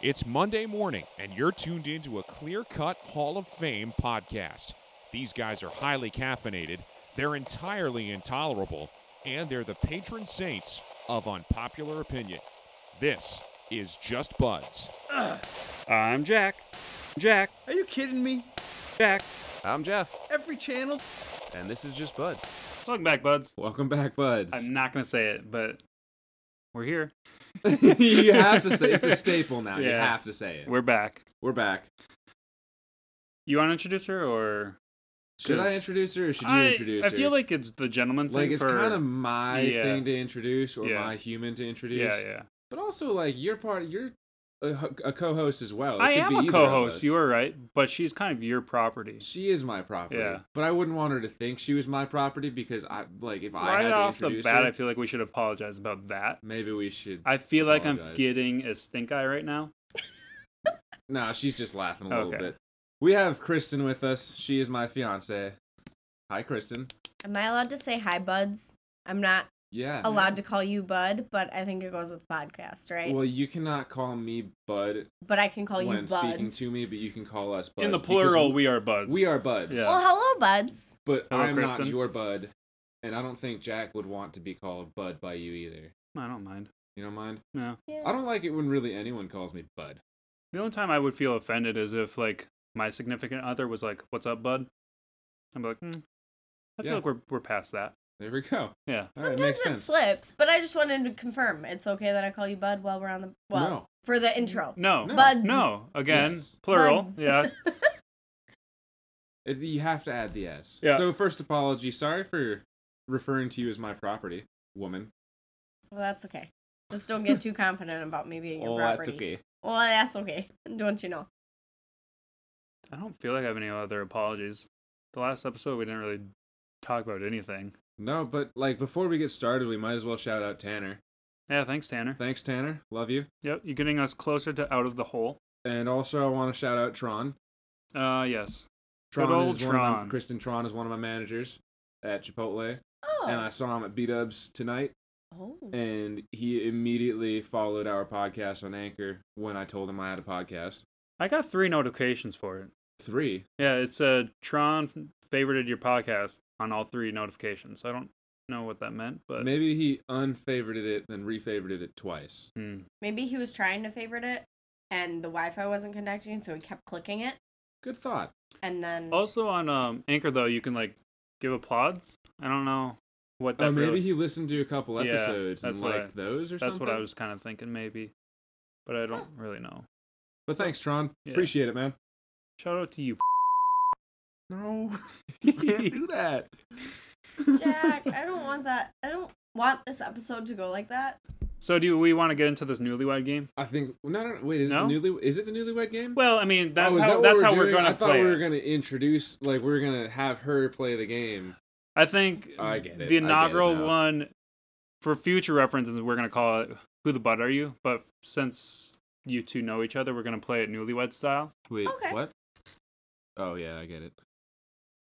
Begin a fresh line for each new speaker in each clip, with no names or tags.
It's Monday morning, and you're tuned into a clear cut Hall of Fame podcast. These guys are highly caffeinated, they're entirely intolerable, and they're the patron saints of unpopular opinion. This is Just Buds.
I'm Jack. Jack.
Are you kidding me?
Jack.
I'm Jeff,
Every channel?
and this is just Bud.
Welcome back, buds.
Welcome back, Buds.
I'm not gonna say it, but we're here.
you have to say it's a staple now. You
Yeah.
have to say it. We're,
We're back.
back.
You want to introduce her, or
Should I
'Cause
introduce her or should you
I,
introduce
I
her?
feel like it's the gentleman thing.
Like, it's
for-
kind of my
Yeah.
thing to introduce or
Yeah.
my human to introduce.
yeah, yeah.
But also like you're part you're a, ho- a co-host as well. It
I
could
am
be
a
either of
co-host.
us.
You are right, but she's kind of your property.
She is my property.
Yeah.
But I wouldn't want her to think she was my property because I like if I
right
had
off
to
the
introduce
bat, I
her,
feel like we should apologize about that.
maybe we should.
I feel like I'm
Apologize.
getting a stink eye right now.
No, she's just laughing a little
Okay.
bit. We have Kristen with us. She is my fiance. Hi, Kristen.
Am I allowed to say hi, buds? I'm not
Yeah.
allowed to call you bud, but I think it goes with podcast, right?
Well, you cannot call me Bud
but I can call you
when speaking
buds.
to me, but you can call us Bud.
In the plural, we are buds.
we are Buds.
Yeah.
Well, hello, buds.
But
Hello,
I'm
Kristen.
not your Bud, and I don't think Jack would want to be called Bud by you either.
I don't mind.
You don't mind?
No.
Yeah.
I don't like it when really anyone calls me Bud.
The only time I would feel offended is if like my significant other was like, "What's up, bud?" I'm like, mm, I feel
Yeah.
like we're we're past that.
There we go.
Yeah.
All right,
Sometimes
makes
it
sense.
slips, but I just wanted to confirm it's okay that I call you bud while we're on the well
No.
for the intro.
No.
No.
Buds.
No. Again,
Yes.
plural.
Buds.
Yeah.
If- You have to add the S.
Yeah.
So first apology. Sorry for referring to you as my property, woman.
Well, that's okay. Just don't get too confident about me being your
oh,
property.
that's okay.
Well, that's okay. Don't you know?
I don't feel like I have any other apologies. The last episode we didn't really talk about anything.
No, but like before we get started, we might as well shout out Tanner.
Yeah. Thanks, Tanner.
Thanks, Tanner. Love you.
yep. You're getting us closer to out of the hole.
And also, I want to shout out Tron.
Uh. Yes. Good
Tron
old
is one of my,
Tron.
Kristen Tron is one of my managers at Chipotle,
Oh.
and I saw him at B Dubs tonight,
oh.
and he immediately followed our podcast on Anchor when I told him I had a podcast.
I got three notifications for it.
Three.
Yeah. It's a Tron favorited your podcast on all three notifications. I don't know what that meant, but
Maybe he unfavorited it, then refavorited it twice.
Hmm.
Maybe he was trying to favorite it, and the Wi-Fi wasn't connecting, so he kept clicking it,
Good thought.
and then
Also on um, Anchor though, you can like give applauds. I don't know what that.
Oh, maybe
really-
he listened to a couple
Yeah,
episodes and
that's what I-
liked those or
That's
something.
what I was kind of thinking, maybe, but I don't really know.
But thanks, Tron.
Yeah.
Appreciate it, man.
Shout out to you.
No, you can't do that.
Jack, I don't want that. I don't want this episode to go like that.
So do we want to get into this newlywed game?
I think no, no. no, Wait, is
No?
it the newly? Is it the newlywed game?
Well, I mean that's
Oh, is
how
that what
that's how we're
doing?
gonna
I thought
play.
we
it.
were gonna introduce, like, we are gonna have her play the game.
I think
I get it. I get
the
it
inaugural
now.
one for future references. We're gonna call it "Who the Butt Are You?" But since you two know each other, we're gonna play it newlywed style.
Wait,
Okay.
what? Oh yeah, I get it.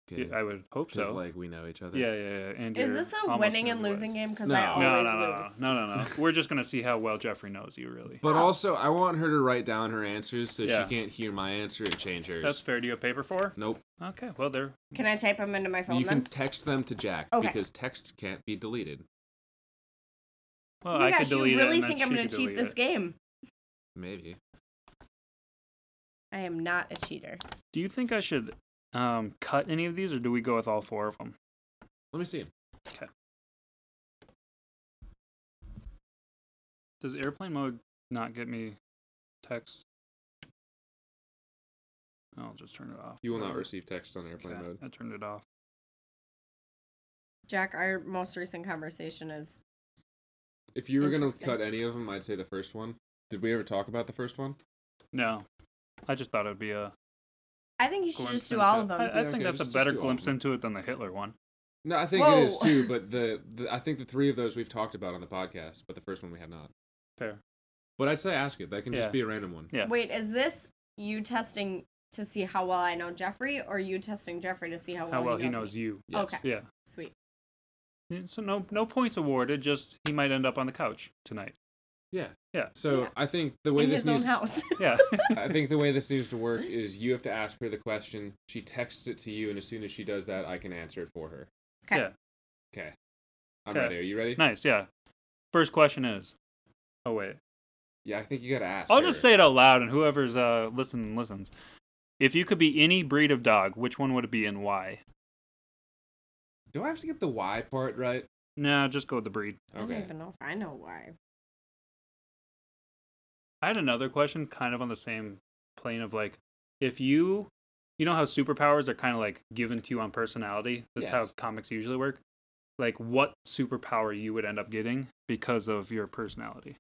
Yeah, I would hope
Because
so.
like we know each other.
yeah, yeah, yeah. And
Is
you're
this a
almost
winning and
newlyweds.
losing game? Because
No.
I
No,
always
no, no, no,
lose.
no, no, no. We're just gonna see how well Jeffrey knows you, really.
But also, I want her to write down her answers so
Yeah.
she can't hear my answer and change hers.
That's fair. Do you have paper for?
Nope.
Okay. Well, there.
Can I type them into my phone
You
then?
can text them to Jack
Okay.
because text can't be deleted.
Well,
oh my
I
gosh,
could delete
you
it.
really
and then
think I'm
she
gonna
could
cheat
delete
this
it.
game?
Maybe.
I am not a cheater.
Do you think I should um, cut any of these, or do we go with all four of them?
Let me see.
Does airplane mode not get me text? I'll just turn it off.
You will not
Um,
receive text on airplane
okay,
mode.
I turned it off.
Jack, our most recent conversation is
If you were gonna
Interesting.
cut any of them, I'd say the first one. Did we ever talk about the first one?
No, I just thought it'd be a.
I think you should
glimpse
just do
into
all
it.
of them.
I, I
Yeah,
think
okay,
that's
just-
a
just
better
do all of
glimpse
them.
into it than the Hitler one.
No, I think it is
Whoa.
too. But the, the I think the three of those we've talked about on the podcast, but the first one we have not.
Fair.
But I'd say ask it. That can
Yeah.
just be a random one.
Yeah.
Wait, is this you testing to see how well I know Jeffrey, or you testing Jeffrey to see how well,
How well he
knows,
knows
me?
you.
Yes.
Okay,
Yeah.
sweet.
Yeah, So no no points awarded. Just he might end up on the couch tonight.
Yeah.
Yeah.
So
Yeah.
I think the way
in
this
his own
needs,
house.
Yeah.
I think the way this needs to work is you have to ask her the question. She texts it to you, and as soon as she does that, I can answer it for her.
'Kay.
Yeah.
Okay. I'm
'Kay.
ready. Are you ready?
nice. Yeah. First question is. Oh wait.
Yeah, I think you gotta ask.
I'll
her.
just say it out loud, and whoever's uh, listening listens. If you could be any breed of dog, which one would it be and why?
Do I have to get the why part right?
Nah, just go with the breed.
I don't
Okay.
even know if I know why.
I had another question, kind of on the same plane of like, if you, you know how superpowers are kind of like given to you on personality. That's how
Yes.
comics usually work. Like, what superpower you would end up getting because of your personality?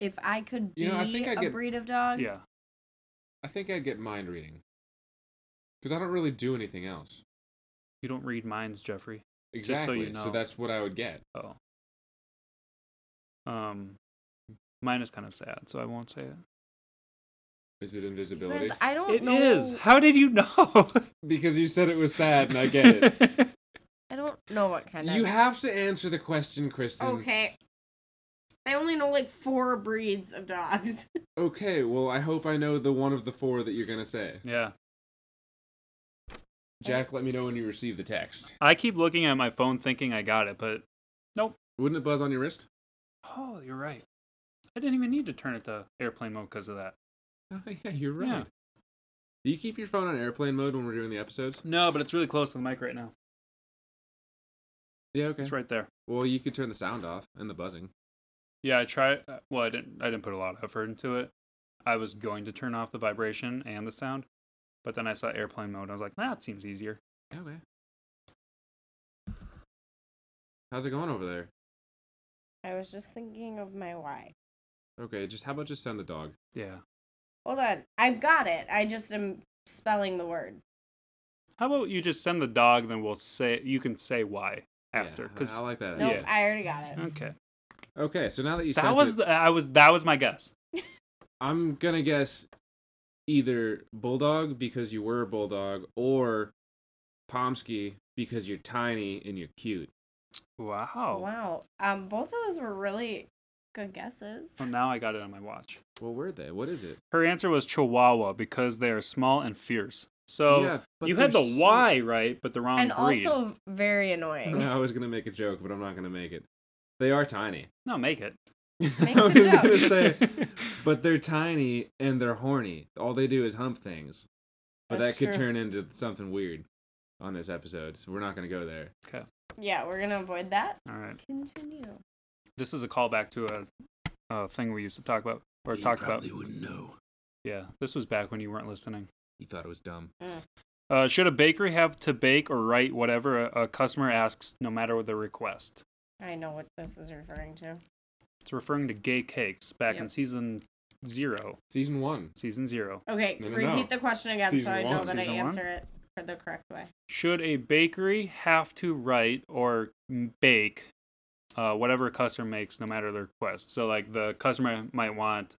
If I could be
You know, I think I
a
get-
breed of dog,
Yeah.
I think I'd get mind reading. Because I don't really do anything else.
You don't read minds, Jeffrey. so
Exactly.
you
so
know.
that's what I would get.
Oh. Um, mine is kind of sad, so I won't say it.
Is it invisibility?
because I don't
It is.
know.
How did you know?
Because you said it was sad, and I get it.
I don't know what kind
you
of.
have to answer the question, Kristen.
okay. I only know like four breeds of dogs.
Okay. Well, I hope I know the one of the four that you're gonna say.
yeah.
Jack, let me know when you receive the text.
I keep looking at my phone thinking I got it, but
Wouldn't it buzz on your wrist?
oh, you're right. I didn't even need to turn it to airplane mode because of that.
Oh, yeah, you're right.
Yeah.
Do you keep your phone on airplane mode when we're doing the episodes?
No, but it's really close to the mic right now.
Yeah, okay.
It's right there.
Well, you could turn the sound off and the buzzing.
Yeah, I tried. uh, Well, I didn't. I didn't put a lot of effort into it. I was going to turn off the vibration and the sound, but then I saw airplane mode. I was like, that seems easier.
Okay. How's it going over there?
I was just thinking of my why.
Okay, just how about just send the dog?
Yeah.
Hold on. I've got it. I just am spelling the word.
How about you just send the dog, then we'll say you can say why
Yeah,
after.
I-
Cause
I like that.
Nope,
Yeah.
I already got it.
okay,
Okay, so now that you
that
sent
was
it,
the, I was that was my guess.
I'm gonna guess either bulldog because you were a bulldog or Pomsky because you're tiny and you're cute.
Wow.
Wow. Um, both of those were really good guesses.
So now I got it on my watch.
What were they? What is it?
Her answer was Chihuahua because they are small and fierce. So
yeah, but
you had
they're
the
so-
Y right, but the wrong
And
breed.
also very annoying.
No, I was gonna make a joke, but I'm not gonna make it. They are tiny.
no, make it.
Make
I
the
was
joke.
gonna say, but they're tiny and they're horny. All they do is hump things. But that
That's
could
true.
turn into something weird on this episode, so we're not gonna go there.
Yeah, we're gonna avoid that.
All right,
Continue.
this is a callback to a, a thing we used to talk about or talk about.
wouldn't know.
Yeah, this was back when you weren't listening.
You thought it was dumb.
Uh, should a bakery have to bake or write whatever a, a customer asks, no matter what their request?
I know what this is referring to.
It's referring to gay cakes back in
Yep.
season zero.
Season one.
Season zero.
Okay,
No, no,
repeat
no.
the question again
Season
so I know
one.
that I
Season one?
answer it for the correct way.
Should a bakery have to write or m- bake uh, whatever a customer makes, no matter their request? So, like, the customer might want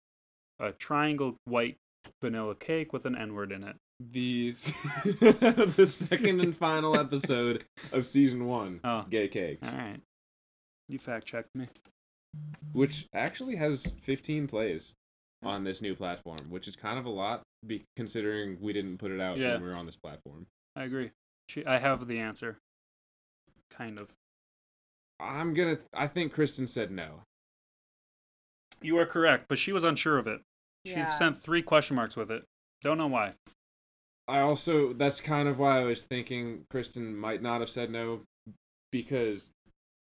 a triangle white vanilla cake with an N word in it.
The s- the second and final episode of season one.
Oh.
Gay cakes,
All right. You fact checked me.
which actually has 15 plays on this new platform, which is kind of a lot, be- considering we didn't put it out
Yeah.
when we were on this platform.
I agree. She, I have the answer. Kind of.
I'm gonna. I think Kristen said no.
You are correct, but she was unsure of it. She
Yeah.
sent three question marks with it. Don't know why.
I also that's kind of why I was thinking Kristen might not have said no because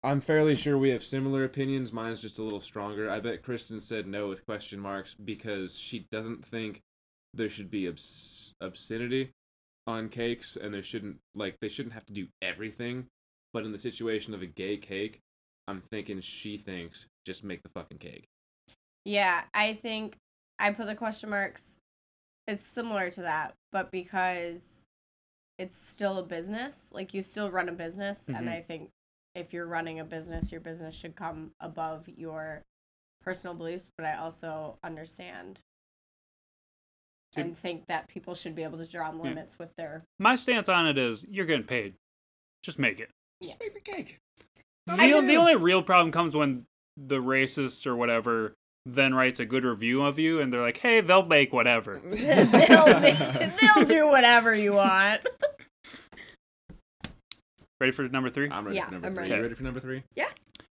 I'm fairly sure we have similar opinions. Mine's just a little stronger. I bet Kristen said no with question marks because she doesn't think there should be obs- obscenity on cakes and there shouldn't like they shouldn't have to do everything. But in the situation of a gay cake, I'm thinking she thinks just make the fucking cake.
Yeah, I think I put the question marks. It's similar to that, but because it's still a business, like you still run a business, and
Mhm.
I think if you're running a business, your business should come above your personal beliefs. But I also understand
To-
and think that people should be able to draw limits with their.
My stance on it is you're getting paid. Just make it.
Just make the cake.
The,
I
the
agree.
only real problem comes when the racists or whatever then writes a good review of you and they're like, hey, they'll make whatever.
they'll, make- they'll do whatever you want.
Ready for number three?
I'm ready
Yeah,
for number
I'm
three.
ready.
You ready for number three?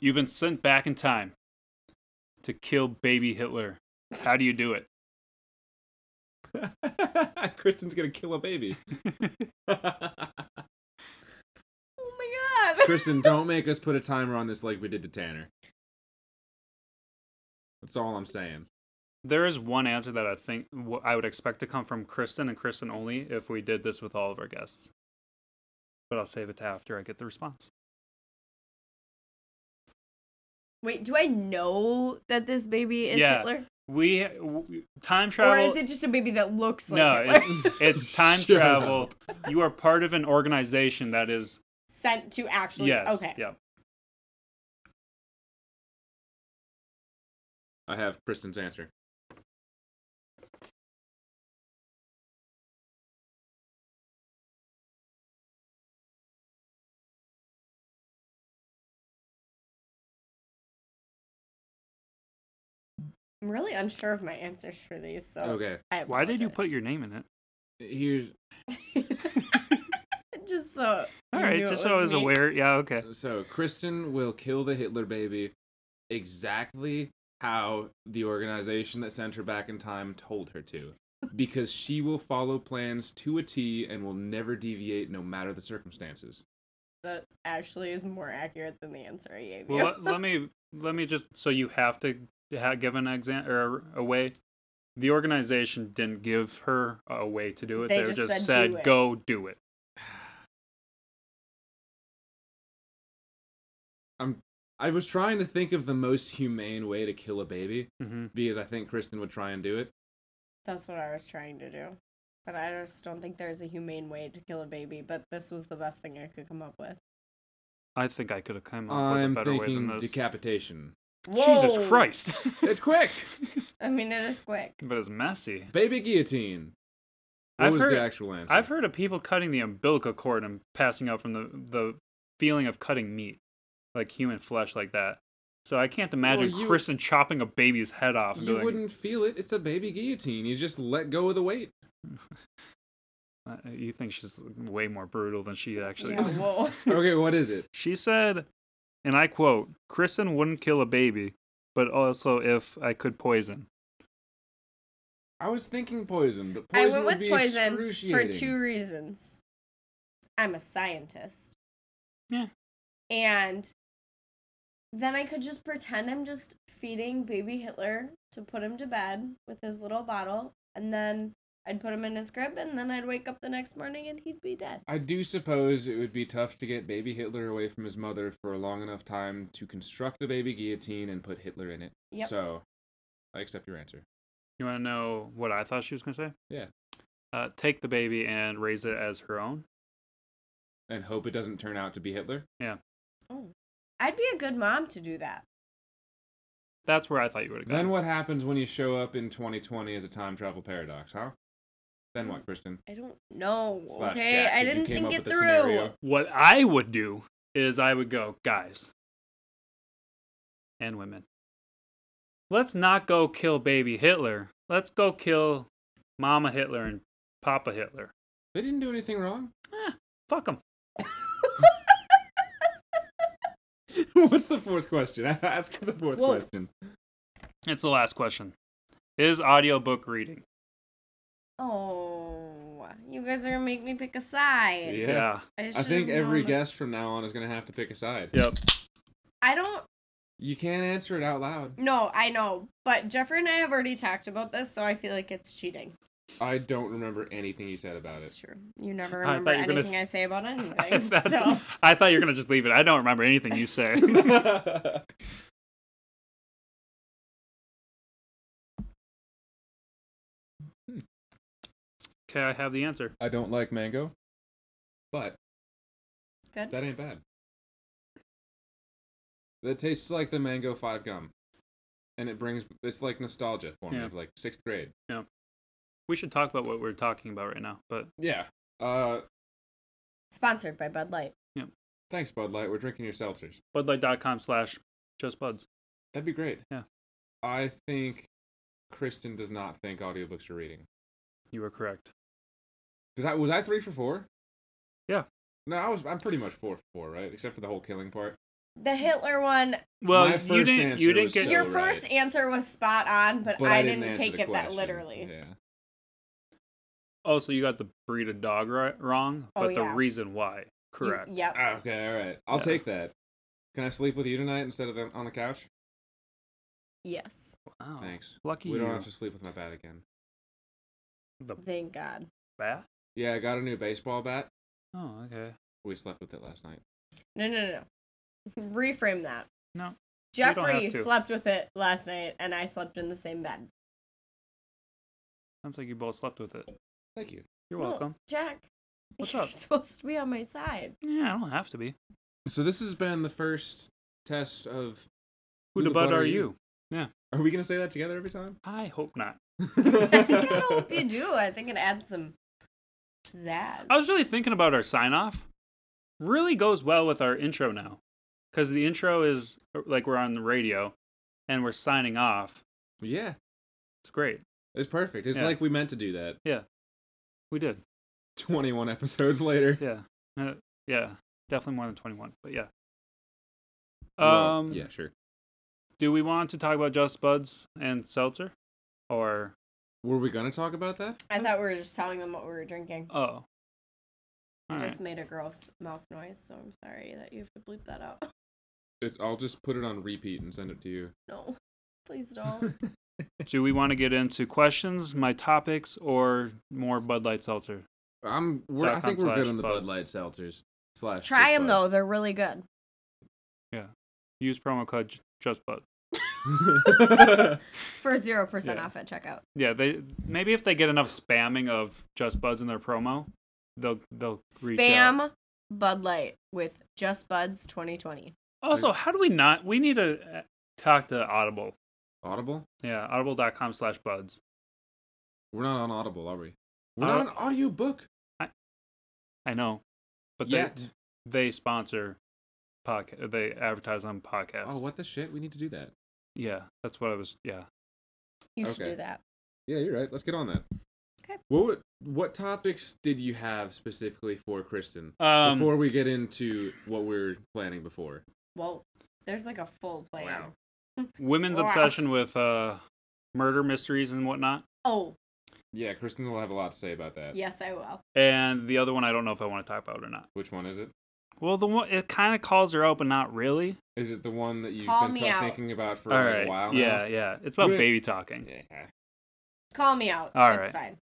You've been sent back in time to kill baby Hitler. How do you do it?
Kristen's gonna kill a baby.
Oh my god.
Kristen, don't make us put a timer on this like we did to Tanner. That's all I'm saying.
There is one answer that I think wh- I would expect to come from Kristen and Kristen only if we did this with all of our guests. But I'll save it to after I get the response.
Wait, do I know that this baby is
Yeah.
Hitler?
We w- time
Or
travel.
is it just a baby that looks like
no,
Hitler?
it's, it's time
Shut
travel. You are part of an organization that is
Sent to actually.
yes,
Okay.
yeah.
I have Kristen's answer.
I'm really unsure of my answers for these. So
Okay,
I
Why did you
apologize.
put your name in it?
here's
just so.
All
you
right,
knew it
just so I was
me.
aware. Yeah, okay.
so Kristen will kill the Hitler baby exactly how the organization that sent her back in time told her to. Because she will follow plans to a T and will never deviate no matter the circumstances.
That actually is more accurate than the answer I gave you.
Well, let, let me let me just so you have to ha- give an exam or a way. The organization didn't give her a way to do it.
They
They,
just
just,
said,
said,
"Do it."
"Go do it."
I was trying to think of the most humane way to kill a baby
hmm
because I think Kristen would try and do it.
That's what I was trying to do. But I just don't think there's a humane way to kill a baby, but this was the best thing I could come up with.
I think I could have come up with a
I'm
better way than
thinking
this.
decapitation.
Whoa!
Jesus Christ!
It's quick.
I mean, it is quick.
but it's messy.
Baby guillotine. What
I've
was
heard-
the actual answer?
I've heard of people cutting the umbilical cord and passing out from the the feeling of cutting meat, like human flesh, like that. So I can't imagine
you-
Kristen chopping a baby's head off and
you
being like,
wouldn't feel it. It's a baby guillotine. You just let go of the weight.
Uh, You think she's way more brutal than she actually
Yeah,
is.
whoa.
Okay, what is it?
She said, and I quote, Kristen wouldn't kill a baby, but also if I could poison.
I was thinking poison, but
I
poison would
went
be
with poison for
excruciating.
two reasons. I'm a scientist.
Yeah.
And then I could just pretend I'm just feeding baby Hitler to put him to bed with his little bottle, and then I'd put him in his crib, and then I'd wake up the next morning and he'd be dead.
I do suppose it would be tough to get baby Hitler away from his mother for a long enough time to construct a baby guillotine and put Hitler in it.
Yep.
So, I accept your answer.
You want to know what I thought she was going to say?
Yeah.
Uh, take the baby and raise it as her own.
And hope it doesn't turn out to be Hitler.
Oh. I'd be a good mom to do that.
That's where I thought you would have gone.
Then what happens when you show up in 2020 as a time travel paradox, huh? Then what, Kristen?
I don't know.
Slash
okay,
Jack,
I
'cause you
didn't
came
think
up
it
with the
through.
scenario.
What I would do is I would go, guys and women, let's not go kill baby Hitler. Let's go kill Mama Hitler and Papa Hitler.
They didn't do anything wrong.
Fuck them.
What's the fourth question? Ask for the fourth
Whoa.
question.
It's the last question. Is audiobook reading?
Oh, you guys are gonna make me pick a side.
Yeah. I
should've
think every
known this.
guest from now on is going to have to pick a side.
Yep.
I don't
You can't answer it out loud.
No, I know, but Jeffrey and I have already talked about this, so I feel like it's cheating.
I don't remember anything you said about
It's
it.
true. You never
I
remember
thought you were gonna
anything I
s-
say about anything.
That's-
so
I thought you were going to just leave it. I don't remember anything you said. okay, I have the answer.
I don't like mango, but
good.
that ain't bad. That tastes like the mango five gum, and it brings it's like nostalgia for me,
Yeah.
of like sixth grade.
We should talk about what we're talking about right now, but
Yeah. Uh,
Sponsored by Bud Light.
thanks Bud Light. We're drinking your seltzers.
budlight.com slash just buds.
That'd be great.
Yeah.
I think Kristen does not think audiobooks are reading.
You were correct.
Did I was I three for four?
Yeah.
No, I was. I'm pretty much four for four, right? Except for the whole killing part.
The Hitler one.
Well,
My
you
first
didn't. You
answer
didn't
was
get
so-
your
right.
first answer was spot on, but,
But
I,
I,
didn't,
answer
take
the
it that
question.
literally.
Yeah.
Also, Oh, you got the breed of dog right, wrong,
Oh,
but the
yeah.
reason why
You-
correct.
yep.
Ah, okay. All right. I'll
Yeah.
take that. Can I sleep with you tonight instead of on the couch?
Yes.
Wow.
Thanks.
Lucky
we
you.
don't have to sleep with my bat again.
The
Thank God.
bat.
Yeah, I got a new baseball bat.
Oh, okay.
We slept with it last night.
No, no, no. Reframe that.
No. don't have
Jeffrey
to.
slept with it last night, and I slept in the same bed.
Sounds like you both slept with it.
Thank you.
You're
Well,
welcome.
Jack.
What's
you're
up?
supposed to be on my side.
Yeah, I don't have to be.
So this has been the first test of.
Who, the bud are you?
Are we gonna say that together every time?
I hope not.
I think I hope you do. I think it adds some zazz.
I was really thinking about our sign off. Really goes well with our intro now. Because the intro is uh, like we're on the radio and we're signing off.
yeah,
It's great.
it's perfect. It's
Yeah.
like we meant to do that.
We did.
Twenty-one episodes later.
Yeah. Uh, yeah. Definitely more than 21. But yeah.
Well,
Um,
yeah, sure.
Do we want to talk about Just Buds and Seltzer? Or.
Were we gonna talk about that?
I thought we were just telling them what we were drinking.
Oh. All
I
right.
just made a gross mouth noise, so I'm sorry that you have to bleep that out.
It's, I'll just put it on repeat and send it to you.
No, please don't.
Do we want to get into questions, my topics, or more Bud Light Seltzer?
I'm. We're, I
Dot
think
com
we're good
slash
on the Bud
buds.
Light seltzers. Slash.
Try them though;
just
they're really good.
Use promo code J- Just Bud.
buds.
For zero percent
Yeah.
off at checkout.
Yeah, they maybe if they get enough spamming of Just Buds in their promo, they'll they'll reach out.
Spam Bud Light with Just Buds 2020.
Also, how do we not? We need to uh, talk to Audible.
Audible?
Yeah, audible.com slash buds.
We're not on Audible, are we? We're
We're not
not an audiobook
I know, but they
yet.
they sponsor podcast. They advertise on podcasts.
Oh, what the shit? We need to do that.
Yeah, that's what I was. Yeah,
You should
Okay.
do that.
Yeah, you're right. Let's get on that.
'Kay.
What would, what topics did you have specifically for Kristen
um,
before we get into what we're planning before?
Well, there's like a full plan.
Wow.
women's
Wow.
obsession with uh, murder mysteries and whatnot.
Oh,
Yeah, Kristen will have a lot to say about that.
yes, I will.
And the other one, I don't know if I want to talk about or not.
Which one is it?
Well, the one it kind of calls her out, but not really.
Is it the one that you've
Call
been
me
t-
out.
thinking about for
All
like,
right.
a while
yeah,
now?
yeah. It's about
We're-
baby talking.
Yeah.
Call me out.
All right.
it's fine.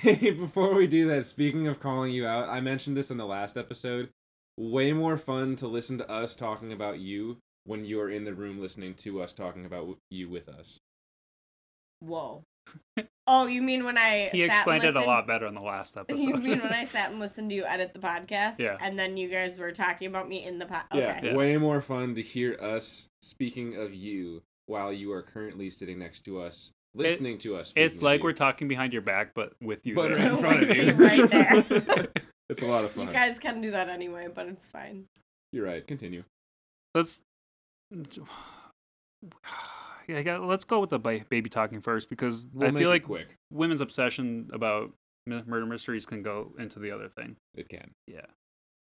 Wait, before we do that, speaking of calling you out, I mentioned this in the last episode. Way more fun to listen to us talking about you when you are in the room listening to us talking about w- you with us.
Whoa. Oh, you mean when I
He
sat and
explained it a
listened-
lot better in the last episode.
You mean when I sat and listened to you edit the podcast?
Yeah.
And then you guys were talking about me in the podcast. Okay.
Yeah.
way more fun to hear us speaking of you while you are currently sitting next to us, listening to us. speaking
it's
of
like
you.
we're talking behind your back, but with you.
but
there.
right in front of you,
Right there.
it's a lot of fun.
You guys can do that anyway, but it's fine.
You're right. Continue.
let's. Yeah, I got- let's go with the ba- baby talking first because
We'll
I
make
feel
it
like
quick.
women's obsession about m- murder mysteries can go into the other thing.
It can.
Yeah.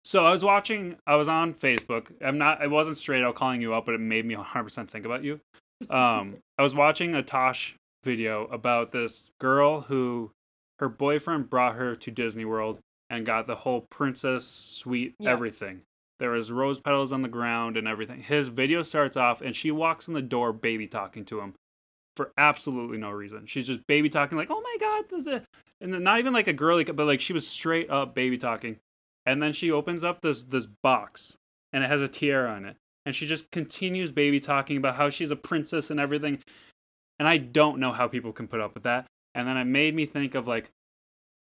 So I was watching. I was on Facebook. I'm not. I wasn't straight out calling you out, but it made me 100% think about you. Um, I was watching a Tosh video about this girl who her boyfriend brought her to Disney World and got the whole princess suite,
Yeah.
everything. There was rose petals on the ground and everything. His video starts off, and she walks in the door, baby talking to him for absolutely no reason. She's just baby talking, like, oh my God. th- th-" And then not even like a girly, but like she was straight up baby talking. And then she opens up this this box and it has a tiara on it. And she just continues baby talking about how she's a princess and everything. And I don't know how people can put up with that. And then it made me think of like,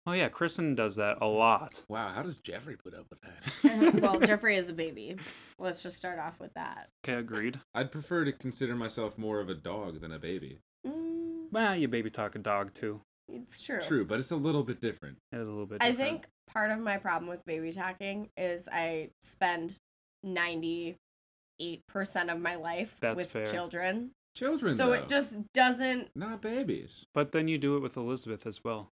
oh yeah, Kristen does that a lot.
Wow, how does Jeffrey put up with that?
well, Jeffrey is a baby. Let's just start off with that.
Okay, agreed.
I'd prefer to consider myself more of a dog than a baby.
Mm,
Well, you baby talk a dog too.
it's true.
True, but it's a little bit different.
It is a little bit.
I
different.
think part of my problem with baby talking is I spend 90 98% of my life
That's
with
fair.
children.
Children,
so
though,
it just doesn't.
not babies.
But then you do it with Elizabeth as well.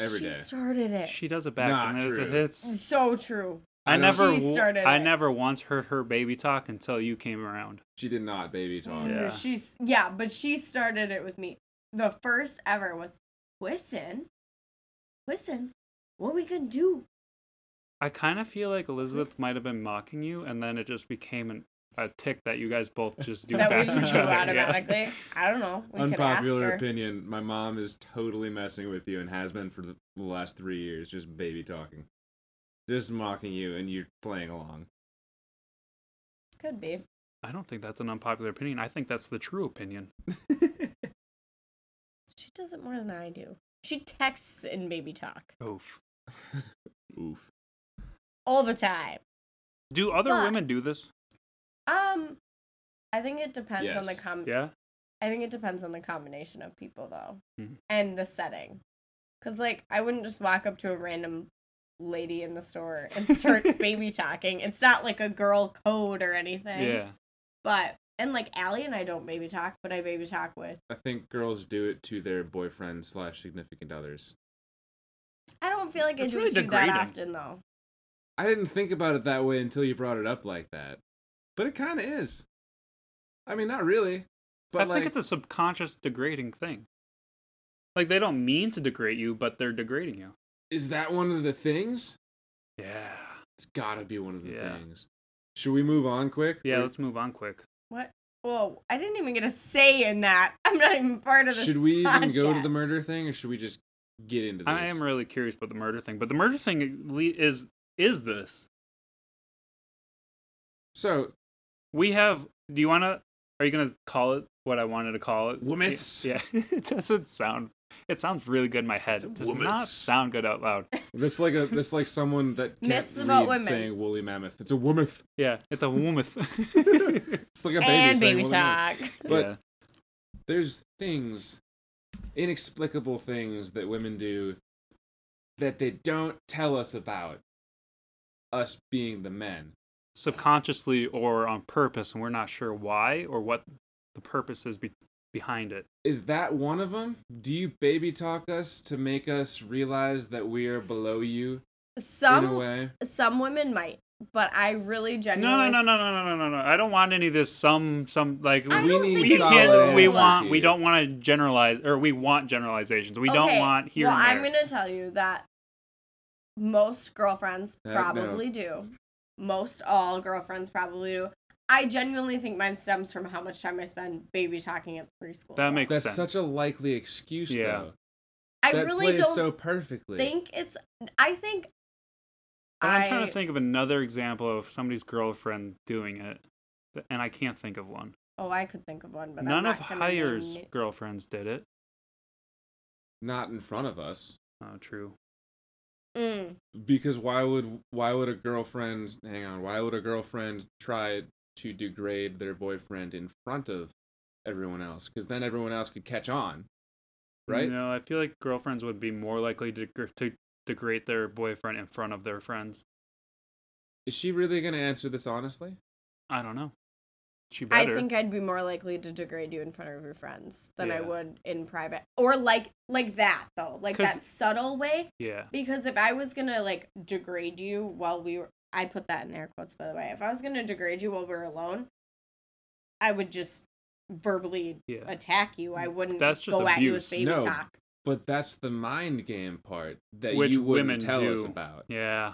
Every
she
day.
started it.
She does it back,
Not
and there's
true.
it's.
so true.
I
I know.
never,
She
w-
started
I
it.
never once heard her baby talk until you came around.
She did not baby talk.
Mm,
Yeah.
She's yeah, but she started it with me. The first ever was, listen, listen, what we gonna do?
I kind of feel like Elizabeth
Chris.
might have been mocking you, and then it just became an, a tick that you guys both just do
that we
back to
just
each
do
other. yeah.
automatically. I don't know. We could
Unpopular
ask her.
opinion: My mom is totally messing with you and has been for the the last three years, just baby talking, just mocking you, and you're playing along.
Could be.
I don't think that's an unpopular opinion. I think that's the true opinion.
She does it more than I do. She texts in baby talk
Oof.
Oof.
all the time.
Do other
But-
women do this?
Um, I think it depends on the
Yes.
com.
Yeah.
I think it depends on the combination of people though,
Mhm.
and the setting. Cause like I wouldn't just walk up to a random lady in the store and start baby talking. It's not like a girl code or anything.
Yeah.
But and like Allie and I don't baby talk, but I baby talk with.
I think girls do it to their boyfriend slash significant others.
I don't feel like I
That's
do
really
it too that
degrading.
often though.
I didn't think about it that way until you brought it up like that, but it kind of is. I mean, not really, but
I
like,
think it's a subconscious degrading thing. Like they don't mean to degrade you, but they're degrading you.
is that one of the things?
Yeah.
It's gotta be one of the
Yeah.
things. Should we move on quick?
Yeah,
Or
let's move on quick.
What? Whoa! I didn't even get a say in that. I'm not even part of this.
should we even go to the
podcast.
murder thing, or should we just get into this?
I am really curious about the murder thing, but the murder thing le- is is this.
so
We have do you want to are you going to call it what I wanted to call it?
Womiths.
Yeah. it doesn't sound it sounds really good in my head.
It's a
It does not
womiths.
sound good out loud.
that's like a that's like someone that can't
Myths about
read
women.
saying woolly mammoth. It's a womith.
Yeah, it's a womith.
It's like a baby saying
and baby
woolly mammoth.
talk.
But-
yeah.
there's things, inexplicable things that women do that they don't tell us about, us being the men.
subconsciously or on purpose and we're not sure why or what the purpose is be- behind it.
Is that one of them? Do you baby talk us to make us realize that we are below you in a
Some
way?
some women might, but I really
No, no,
genuinely
no, no, no, no, no, no. I don't want any of this. Some, some like
I
we,
don't think
we
it's
can't.
solid
We
answers
want. We
here.
don't want to generalize, or we want generalizations. We don't
Okay,
want here.
Well,
and
I'm
there.
gonna tell you that most girlfriends
Heck no.
probably do. Most all girlfriends probably do. I genuinely think mine stems from how much time I spend baby talking at preschool.
That makes-
That's
sense.
such a likely excuse,
Yeah.
though.
I
that
really
plays
don't
so perfectly.
think it's. I think.
But
I,
I'm trying to think of another example of somebody's girlfriend doing it, th- and I can't think of one.
Oh, I could think of one, but I'm
None
not
of
gonna
Hire's
name it.
girlfriends did it.
Not in front of us,
Oh, true.
Mm.
because why would why would a girlfriend hang on? Why would a girlfriend try to degrade their boyfriend in front of everyone else? Because then everyone else could catch on, right?
No, I feel like girlfriends would be more likely to, gr- to degrade their boyfriend in front of their friends.
Is she really gonna answer this honestly?
I don't know. She
I
better.
think I'd be more likely to degrade you in front of your friends than I
Yeah.
would in private, or like like that though, like
'Cause-
that subtle way.
yeah.
Because if I was gonna like degrade you while we were, I put that in air quotes by the way. If I was gonna degrade you while we were alone, I would just verbally
Yeah.
attack you.
Mm,
I wouldn't
That's just
go at you with
abuse.
baby
No.
talk.
But that's the mind game part that
Which
you wouldn't
women
tell us
do.
about.
Yeah.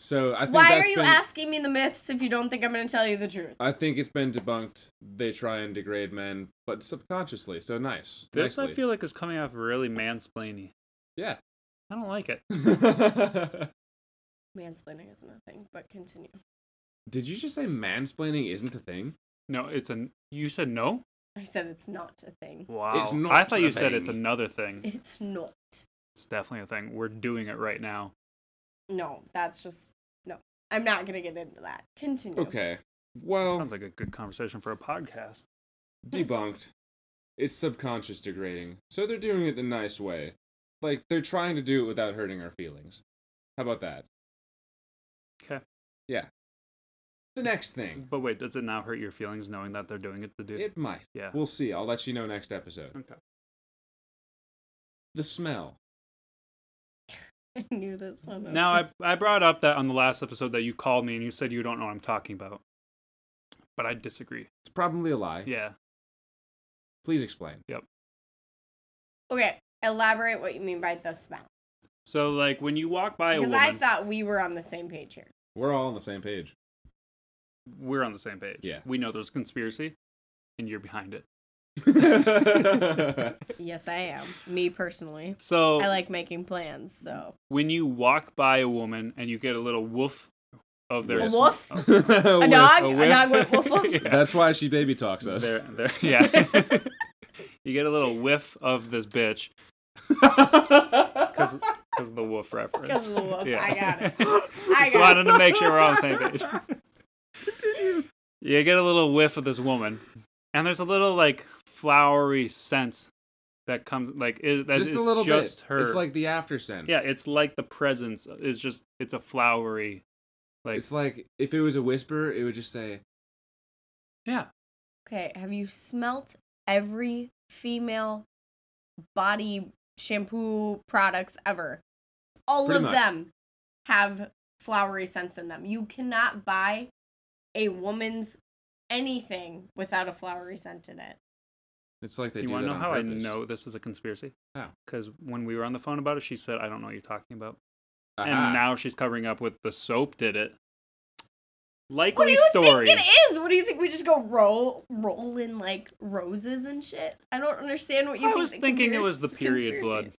So I think
Why
that's
are you
been,
asking me the myths if you don't think I'm gonna tell you the truth?
I think it's been debunked. They try and degrade men, but subconsciously. So nice.
This I
Nicely.
feel like is coming off really mansplaining.
Yeah.
I don't like it.
Mansplaining is nothing, but continue.
Did you just say mansplaining isn't a thing?
No, it's an. You said no.
I said it's not a thing.
Wow.
not
I thought
a
you said it's
thing.
another
Mm.
thing.
It's not.
It's definitely a thing. We're doing it right now.
No, that's just no. I'm not gonna get into that. Continue.
Okay. Well,
Sounds like a good conversation for a podcast.
debunked. It's subconscious degrading. So they're doing it in a nice way. Like they're trying to do it without hurting our feelings. How about that?
Okay.
the next thing.
But wait, does it now hurt your feelings knowing that they're doing it to do?
It might.
yeah. Mm.
We'll see. I'll let you know next episode.
okay.
The smell.
I knew this one. was
Now I
good.
I brought up that on the last episode that you called me and you said you don't know what I'm talking about. But I disagree.
It's probably a lie.
Yeah.
Please explain.
okay, elaborate what you mean by the smell.
So like when you walk by a
Because
woman,
I thought we were on the same page here.
We're all on the same page.
we're on the same page.
Yeah.
We know there's a conspiracy and you're behind it.
Yes, I am. Me personally,
So
I like making plans. So
when you walk by a woman and you get a little woof of their
a
Yes.
sm-
wolf,
Oh,
a
With-
dog,
a
a,
whiff.
dog went woof woof.
Yeah.
That's why she baby talks us.
There- there- yeah. you get a little whiff of this bitch because of the wolf reference.
'Cause of the wolf.
Yeah.
I got it.
I
I
Just
got
wanted
it.
to make sure we're all on the same page. you get a little whiff of this woman, and there's a little like flowery scent that comes like it, that
just
is
a little
just
bit.
her.
It's like the after scent.
yeah, it's like the presence is just it's a flowery, like
It's like if it was a whisper, it would just say,
yeah.
Okay, have you smelt every female body shampoo products ever? All
Pretty
of
much.
them have flowery scents in them. You cannot buy a woman's anything without a flowery scent in it.
it's like they
you
do
want
that
to know
on
how I
purpose.
know this is a conspiracy?
How?
Because when we were on the phone about it, she said, "I don't know what you're talking about,"
Aha.
and now she's covering up with the soap did it.
What do
Likely
you
story.
think it is? What do you think we just go roll roll in like roses and shit? I don't understand what you
I
think
was
the
thinking it
conspiracy-
was the period
conspiracy.
blood.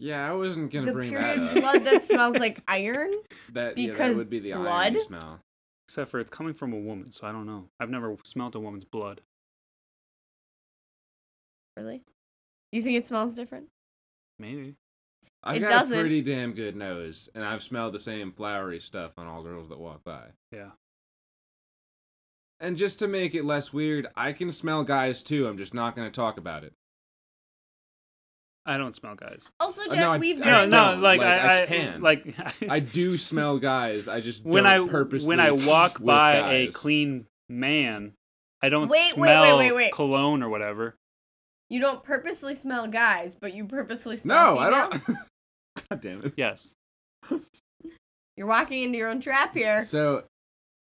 Yeah, I wasn't gonna
The
bring that
period
up.
blood that smells like iron?
that yeah, that
because
would be the
blood?
irony smell.
Except for it's coming from a woman, so I don't know. I've never smelled a woman's blood.
Really? You think it smells different?
Maybe.
I've
It
got
doesn't.
a pretty damn good nose, and I've smelled the same flowery stuff on all girls that walk by.
Yeah.
And just to make it less weird, I can smell guys too. I'm just not gonna talk about it.
I don't smell guys.
Also,
Uh,
Jack,
no, I-
we've
I
No,
very
don't
no,
much-
like,
Like,
I,
I
I
can.
Like
I do smell guys. I just
when I
don't purposely
when I walk
with
by a
guys.
clean man, I don't
Wait, wait, wait,
smell
wait, wait.
cologne or whatever.
you don't purposely smell guys, but you purposely smell
No, I don't.
females?
God damn it.
Yes.
You're walking into your own trap here.
So,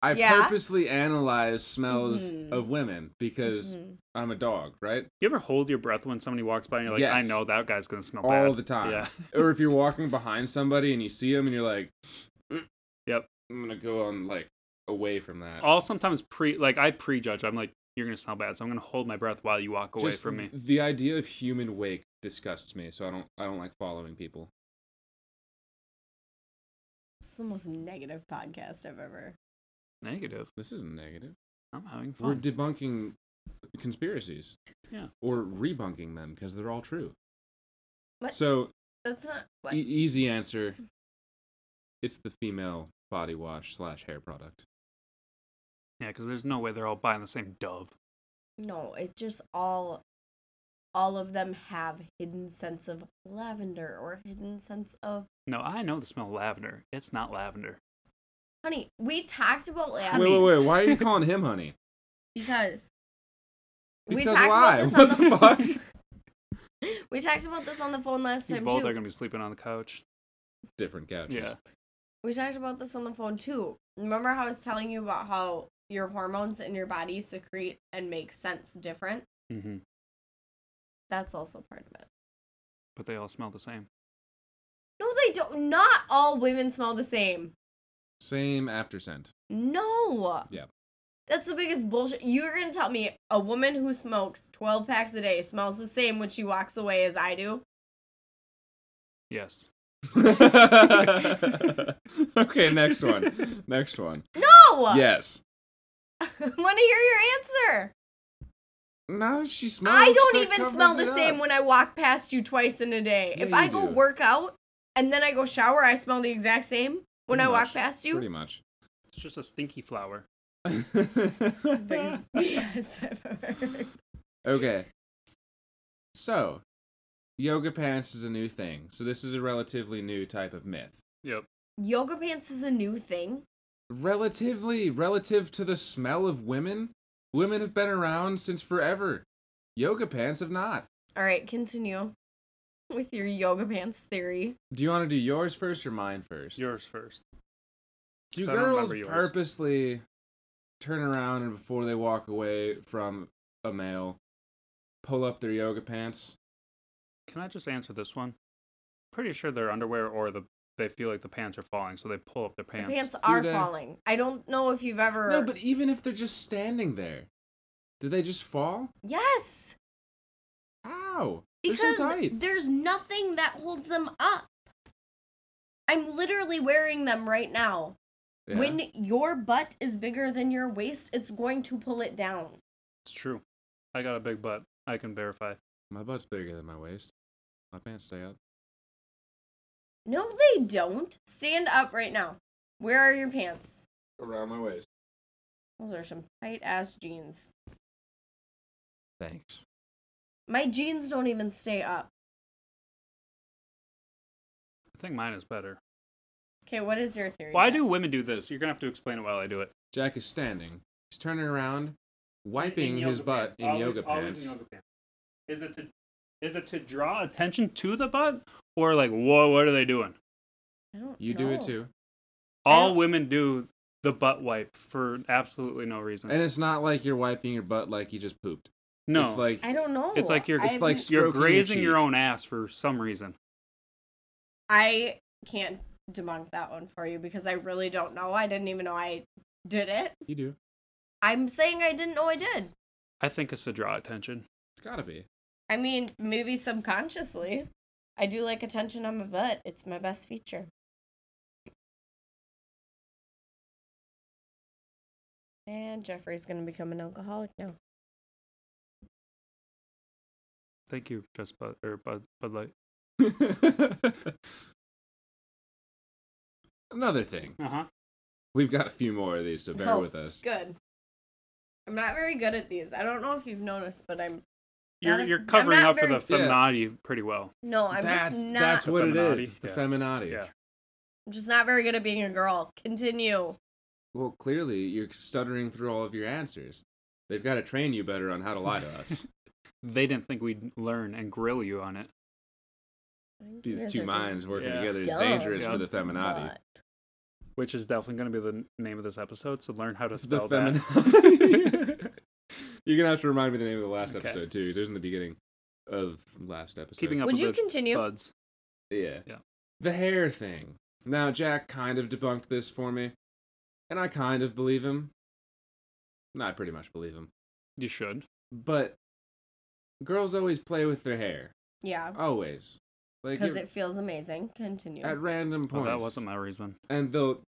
I
Yeah.
purposely analyze smells
Mm-hmm.
Mhm.
of women because
Mhm.
I'm a dog, right?
You ever hold your breath when somebody walks by and you're like, I
Yes.
know that guy's gonna smell bad.
All the time.
Yeah.
or if you're walking behind somebody and you see them and you're like, "Mm,
Yep.
I'm gonna go on like away from that.
I'll sometimes pre like I prejudge. I'm like, you're gonna smell bad, so I'm gonna hold my breath while you walk away
Just
from me.
The idea of human wake disgusts me, so I don't I don't like following people.
It's the most negative podcast I've ever.
Negative.
This isn't negative.
I'm having
We're
fun.
debunking conspiracies.
Yeah.
Or rebunking them because they're all true.
What?
So
That's not. What?
e- easy answer. It's the female body wash slash hair product.
Yeah, because there's no way they're all buying the same Dove.
No, it just all. All of them have hidden sense of lavender or hidden sense of
No, I know the smell of lavender. It's not lavender.
honey. We talked about lavender
Honey.
Wait, wait, wait. Why are you calling him honey?
because, we
Because
talked
why?
about this on
What the
the,
fuck?
we talked about this on the phone last
You
time
both
too.
are gonna be sleeping on the couch.
Different couches.
Yeah.
We talked about this on the phone too. Remember how I was telling you about how your hormones in your body secrete and make sense different?
Mm-hmm.
That's also part of it.
But they all smell the same.
No, they don't. Not all women smell the same.
Same after scent.
No.
Yeah.
That's the biggest bullshit. You're going to tell me a woman who smokes 12 packs a day smells the same when she walks away as I do?
Yes.
okay, next one. Next one.
No!
Yes.
Want to hear your answer.
Now she smells.
I don't even smell the same when I walk past you twice in a day.
Yeah,
if
you
I go
do.
work out and then I go shower, I smell the exact same when
Pretty
I walk
much.
past you.
Pretty much.
It's just a stinky flower.
yes, I've heard.
okay. So, yoga pants is a new thing. So this is a relatively new type of myth.
Yep.
Yoga pants is a new thing.
relatively relative to the smell of women women have been around since forever yoga pants have not
All right, continue with your yoga pants theory.
do you want to do yours first or mine first
Yours first.
do
so I don't
girls
remember yours.
purposely turn around and before they walk away from a male pull up their yoga pants
Can I just answer this one? Pretty sure they're underwear or the they feel like the pants are falling, so they pull up their
The
pants.
pants are
they?
falling. I don't know if you've ever.
no but even if they're just standing there do they just fall
Yes,
how they're
because
so tight
there's nothing that holds them up. I'm literally wearing them right now.
Yeah.
When your butt is bigger than your waist, it's going to pull it down.
It's true. I got a big butt. I can verify.
my butt's bigger than my waist my pants stay up
No, they don't. Stand up right now. Where are your pants?
around my waist
Those are some tight ass jeans.
thanks
My jeans don't even stay up.
I think mine is better.
Okay, what is your theory?
Why
Jack?
do women do this? You're gonna have to explain it while I do it.
Jack is standing. He's turning around, wiping his butt in yoga pants.
Is it to is it to draw attention to the butt or like whoa? What are they doing?
I don't
You do it
know.
too.
I
All
don't-
women do the butt wipe for absolutely no reason.
And it's not like you're wiping your butt like you just pooped.
no,
It's like
I don't know.
It's like you're-
it's
I've-
like s-
you're
stroking your
grazing your,
cheek.
own ass for some reason.
I can't debunk that one for you because I really don't know. I didn't even know I did it.
you do.
I'm saying I didn't know I did.
I think it's to draw attention.
It's gotta be.
I mean, maybe subconsciously. I do like attention on my butt. It's my best feature. And Jeffrey's gonna become an alcoholic now.
Thank you, just Bud or Bud Bud Light.
Another thing.
Uh huh.
We've got a few more of these, so bear
Oh,
with us.
Good. I'm not very good at these. I don't know if you've noticed, but I'm
You're
Not a-
you're
I'm
covering
not
up for the
very-
Yeah.
feminazi pretty well.
no, I'm
that's
just not
that's what it
Feminati,
is. The
yeah.
feminati.
Yeah.
I'm just not very good at being a girl. Continue.
Well, clearly you're stuttering through all of your answers. They've got to train you better on how to lie to us.
They didn't think we'd learn and grill you on it.
You
These
guys are
two
just
minds working
Yeah.
together is
dumb.
dangerous
Yeah.
for the feminati.
butt.
which is definitely going to be the n- name of this episode. So learn how to
the
spell that.
feminine. You're gonna have to remind me the name of the last
Okay.
episode too, because it was in the beginning of last episode.
Keeping up
Would
with
you
the
continue?
buds.
yeah,
Yeah.
The hair thing. Now Jack kind of debunked this for me, and I kind of believe him. No, I pretty much believe him.
You should.
But girls always play with their hair,
Yeah,
always, like
because
it-
it feels amazing. Continue.
at random
Oh,
points.
that wasn't my reason.
and they'll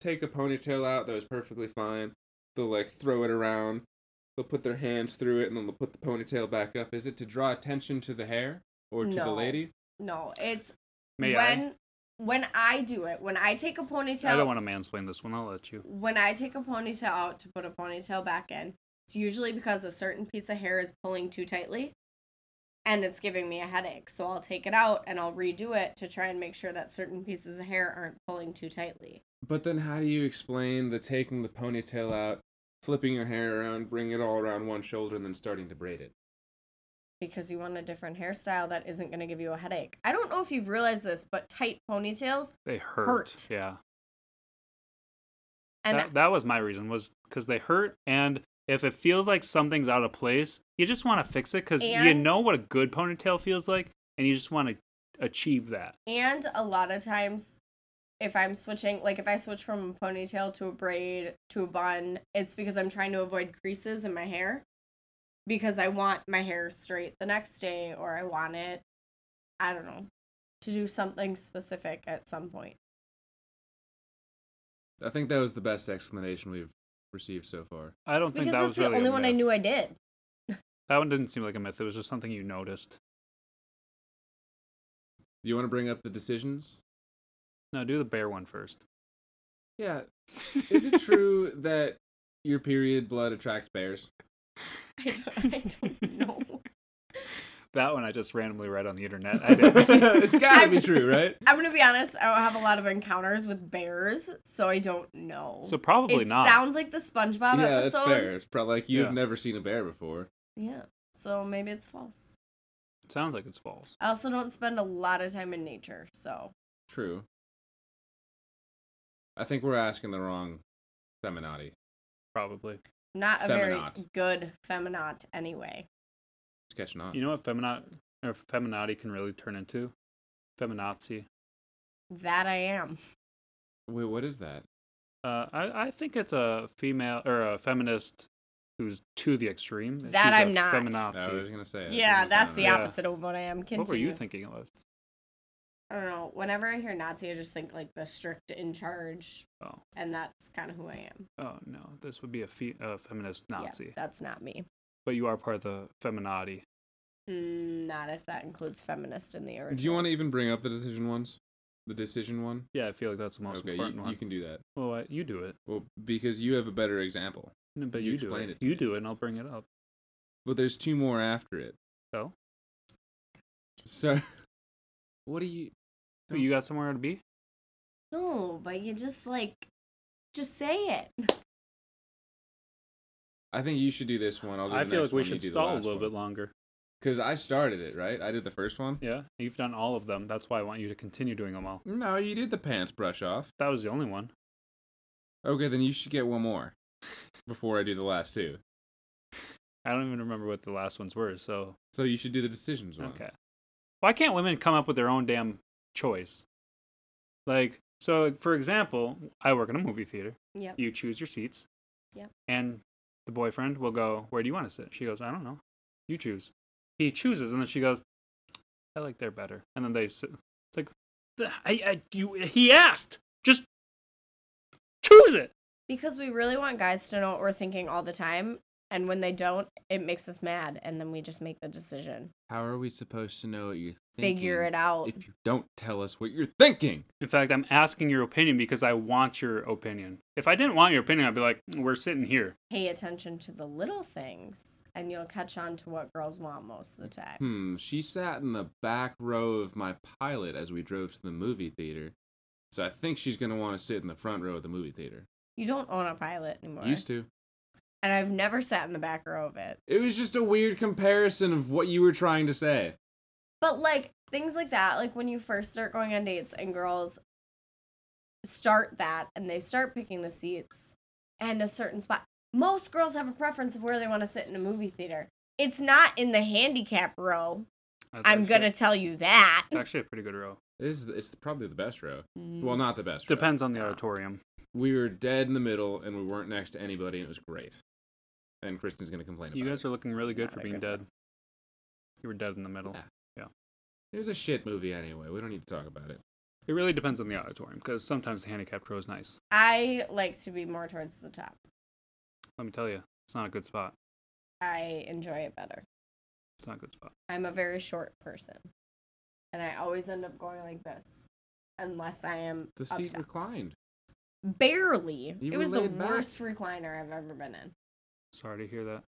take a ponytail out that was perfectly fine. They'll like throw it around. They'll put their hands through it and then they'll put the ponytail back up. Is it to draw attention to the hair or to the
No.
lady?
no, it's
May
when
I?
when I do it. When I take a ponytail.
I don't want to mansplain this one. I'll let you.
When I take a ponytail out to put a ponytail back in, it's usually because a certain piece of hair is pulling too tightly, and it's giving me a headache. So I'll take it out and I'll redo it to try and make sure that certain pieces of hair aren't pulling too tightly.
But then how do you explain the taking the ponytail out, flipping your hair around, bringing it all around one shoulder, and then starting to braid it?
because you want a different hairstyle that isn't going to give you a headache. I don't know if you've realized this, but tight ponytails
They hurt.
Hurt.
Yeah.
and
that, that was my reason was because they hurt and if it feels like something's out of place, you just want to fix it because you
And-
know what a good ponytail feels like, and you just want to achieve that.
and a lot of times if I'm switching, like if I switch from a ponytail to a braid to a bun, it's because I'm trying to avoid creases in my hair because I want my hair straight the next day or I want it I don't know to do something specific at some point.
I think that was the best explanation we've received so far.
I don't
It's
think
because
that
that's
was
the
really a
only one I
myth.
knew I did.
That one didn't seem like a myth. It was just something you noticed.
Do you want to bring up the decisions?
No, do the bear one first.
Yeah. Is it true that your period blood attracts bears?
I don't, I don't know.
That one I just randomly read on the internet. I didn't.
it's gotta be true, right?
I'm gonna be honest. I don't have a lot of encounters with bears, so I don't know.
so probably
it
not.
sounds like the SpongeBob
yeah, that's
episode.
fair. It's probably like you've
Yeah.
never seen a bear before.
Yeah. So maybe it's false.
sounds like it's false.
I also don't spend a lot of time in nature, so
True. I think we're asking the wrong feminati.
Probably.
not a very
Feminot.
good feminot anyway.
It's catching on.
You know what feminat or feminati can really turn into? Feminazi.
That I am.
Wait, what is that?
Uh, I I think it's a female or a feminist who's to the extreme.
That
She's a
I'm not.
No, I was
Feminazi.
gonna say. I think
Yeah,
it's
that's the
feminati.
Yeah.
opposite of what I am. Continue.
What were you thinking it was?
I don't know. Whenever I hear Nazi, I just think like the strict in charge,
Oh,
and that's kind of who I am.
oh no, this would be a fe- uh, feminist Nazi.
Yeah, that's not me.
But you are part of the feminati.
Mm, not if that includes feminist in the original.
Do you want to even bring up the decision ones? The decision one.
Yeah, I feel like that's the most
okay,
important
you,
one.
you can do that.
Well, uh, you do it.
Well, because you have a better example.
No, but
You
you, do
explained
it.
it to
you
me.
do it, and I'll bring it up.
But there's two more after it.
So,
So, what do you?
Wait, you got somewhere to be?
No, but you just like, just say it.
I think you should do this one. I'll do
I
the
feel
next
like we
one, you
should
do the
stall a
last
little bit
one.
longer.
Cause I started it, right? I did the first one.
Yeah, you've done all of them. That's why I want you to continue doing them all.
No, you did the pants brush off.
That was the only one.
Okay, then you should get one more before I do the last two.
I don't even remember what the last ones were. So
So you should do the decisions one.
okay. Why can't women come up with their own damn choice? Like, so for example, I work in a movie theater.
Yep.
You choose your seats.
Yep.
And the boyfriend will go, Where do you want to sit? She goes, I don't know. You choose. He chooses, and then she goes, I like their better. And then they sit. It's like, "The- I, I, you, he asked. Just choose it.
Because we really want guys to know what we're thinking all the time, and when they don't, it makes us mad, and then we just make the decision.
How are we supposed to know what you're thinking?
Figure it out.
If you don't tell us what you're thinking.
In fact, I'm asking your opinion because I want your opinion. If I didn't want your opinion, I'd be like, "Mm, We're sitting here.
Pay attention to the little things, and you'll catch on to what girls want most of the time.
Hmm, she sat in the back row of my pilot as we drove to the movie theater. So I think she's going to want to sit in the front row of the movie theater.
You don't own a pilot anymore.
Used to.
And I've never sat in the back row of it.
It was just a weird comparison of what you were trying to say.
But like things like that, like when you first start going on dates and girls start that and they start picking the seats and a certain spot. Most girls have a preference of where they want to sit in a movie theater. It's not in the handicap row.
That's
I'm
actually-
going to tell you that.
it's actually a pretty good row.
It is the, it's probably the best row. Well,
Mm.
not the best. row.
Depends on the
Stop.
auditorium.
We were dead in the middle and we weren't next to anybody and it was great. And Kristen's going to complain
You
about
guys
it.
are looking really good
Not
for
a
being
good one.
dead. You were dead in the middle.
Yeah. It was a shit movie anyway. We don't need to talk about it.
It really depends on the auditorium because sometimes the handicapped row is nice.
I like to be more towards the top.
Let me tell you, it's not a good spot.
I enjoy it better.
It's not a good spot.
I'm a very short person. And I always end up going like this unless I am
The
up
seat
top.
reclined.
barely.
You
it
were
was the
laid back.
worst recliner I've ever been in.
Sorry to hear that.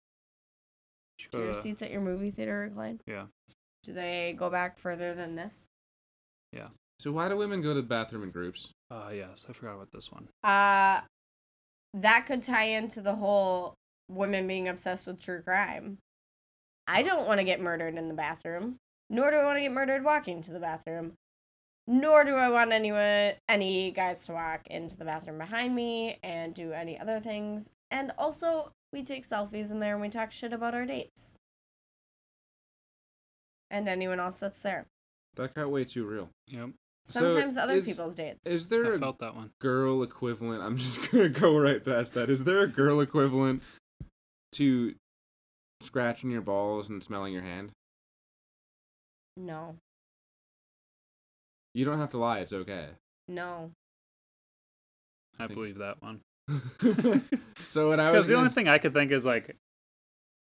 Should
Do
go
your
to the-
seats at your movie theater recline?
yeah.
Do they go back further than this?
So why do women go to the bathroom in groups?
Uh, yes, I forgot about this one.
Uh that could tie into the whole women being obsessed with true crime.
Oh.
I don't want to get murdered in the bathroom, nor do I want to get murdered walking to the bathroom. Nor do I want anyone any guys to walk into the bathroom behind me and do any other things. And also, we take selfies in there and we talk shit about our dates. And anyone else that's there.
That got way too real.
Yep.
So,
Sometimes other
is-
people's dates.
Is there
I
a
felt that one.
girl equivalent? I'm just gonna go right past that. Is there a girl equivalent to scratching your balls and smelling your hand?
no.
You don't have to lie. It's okay.
No.
I
Think-
believe that one.
so when I
Because
was
the
gonna
only thing I could think is like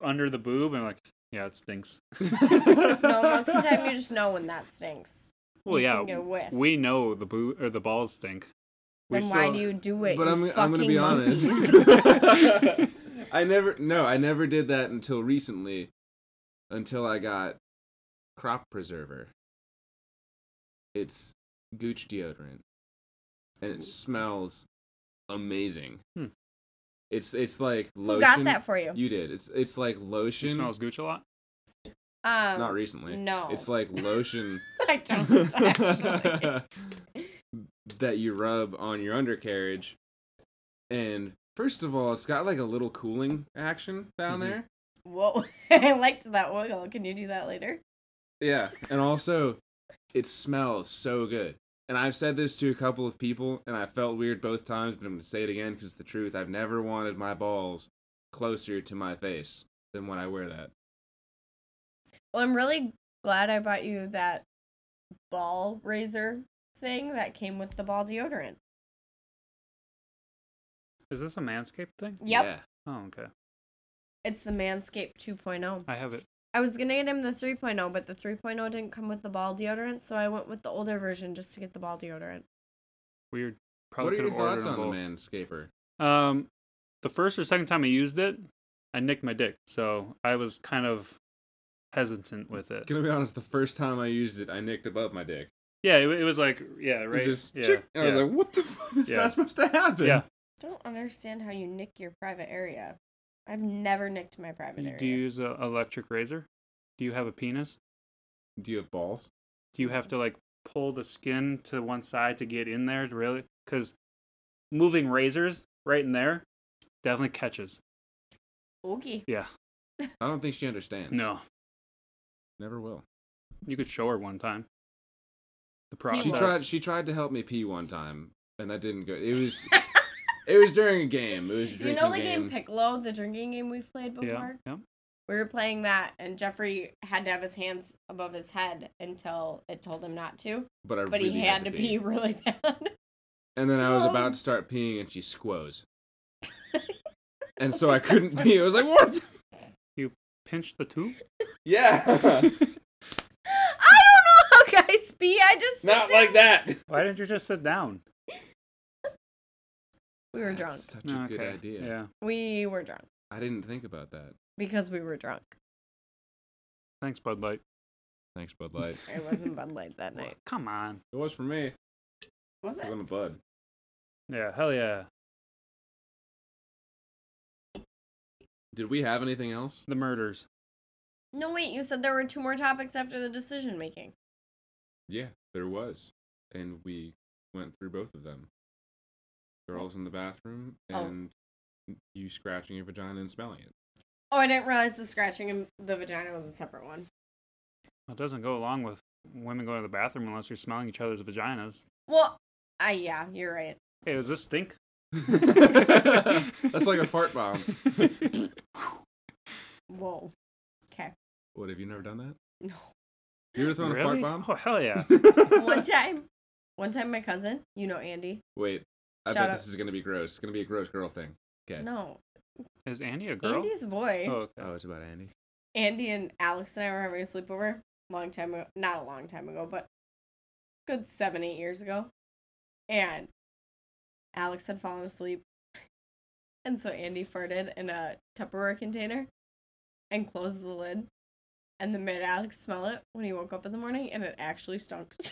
under the boob and like, yeah, it stinks.
No, most of the time you just know when that stinks.
Well,
You
yeah,
can get a whiff.
we know the boo or the balls stink.
we
Then why
still-
do you do it?
But
you
I'm I'm gonna
fucking
be honest.
monkeys?
I never no, I never did that until recently, until I got crop preserver. It's gooch deodorant. And it smells amazing.
Hmm.
It's it's like
Who
lotion.
got that for you?
You did. It's it's like
She
lotion.
smells gooch a lot.
um,
not recently.
No.
It's like lotion
I don't actually.
that you rub on your undercarriage. And first of all, it's got like a little cooling action down
Mhm.
there.
Whoa, I liked that wiggle. Can you do that later?
Yeah. And also, it smells so good. And I've said this to a couple of people, and I felt weird both times, but I'm going to say it again because it's the truth. I've never wanted my balls closer to my face than when I wear that.
Well, I'm really glad I bought you that ball razor thing that came with the ball deodorant.
Is this a manscaped thing?
Yep,
Yeah.
Oh, okay.
it's the Manscaped 2.0.
I have it.
I was gonna get him the 3.0, but the 3.0 didn't come with the ball deodorant, so I went with the older version just to get the ball deodorant.
Weird.
What
Probably
are your
could have ordered
thoughts
them
on
both.
the manscaper?
Um, the first or second time I used it, I nicked my dick, so I was kind of hesitant with it.
Gonna be honest, the first time I used it, I nicked above my dick.
Yeah, it, it was like yeah, right.
It was just,
yeah,
chick, and I
yeah.
was like, what the fuck? It's
Yeah.
not supposed to happen.
Yeah.
Don't understand how you nick your private area. I've never nicked my private area.
Do you use a electric razor? Do you have a penis?
Do you have balls?
Do you have to like pull the skin to one side to get in there? to Really? Because moving razors right in there definitely catches.
Okay.
Yeah.
I don't think she understands.
No,
Never will.
you could show her one time. The process.
She tried she tried to help me pee one time and that didn't go it was it was during a game. It was a
You
drinking
know the
game.
game Piccolo, the drinking game we've played before?
Yeah. Yeah.
We were playing that, and Jeffrey had to have his hands above his head until it told him not to.
but I
But
really
he had to pee. really bad.
And then I was
so-
about to start peeing and she squoze. and so I couldn't pee. I was like, what? the-
Pinch the tube.
Yeah.
I don't know how guys pee. I just sit down.
that.
Why didn't you just sit down?
We were drunk.
That's such a good
Oh, Okay,
idea.
Yeah.
We were drunk
I didn't think about that.
because we were drunk.
Thanks, Bud Light.
Thanks, Bud Light.
It wasn't Bud Light that night,
Come on.
it was for me.
was
Because
it?
I'm a bud.
Yeah. Hell yeah.
Did we have anything else?
The murders.
No, wait. You said there were two more topics after the decision making.
Yeah, there was. And we went through both of them. Girls in the bathroom
Oh.
and you scratching your vagina and smelling it.
Oh, I didn't realize the scratching in the vagina was a separate one.
It doesn't go along with women going to the bathroom unless you're smelling each other's vaginas.
Well, I yeah, you're right.
Hey, does this stink?
That's like a fart bomb.
Whoa. Okay.
What have you never done that?
No.
You ever thrown
Really?
a fart
Oh hell yeah!
bomb?
one time, one time, my cousin, you know Andy.
Wait, I
Shout
bet
out-
this is gonna be gross. It's gonna be a gross girl thing. Okay.
No,
Is Andy a girl?
Andy's a boy.
Oh, okay.
Oh, it's about Andy.
Andy and Alex and I were having a sleepover long time ago, not a long time ago, but good seven, eight years ago. And Alex had fallen asleep. And so Andy farted in a Tupperware container and closed the lid and then made Alex smell it when he woke up in the morning and it actually stunk so,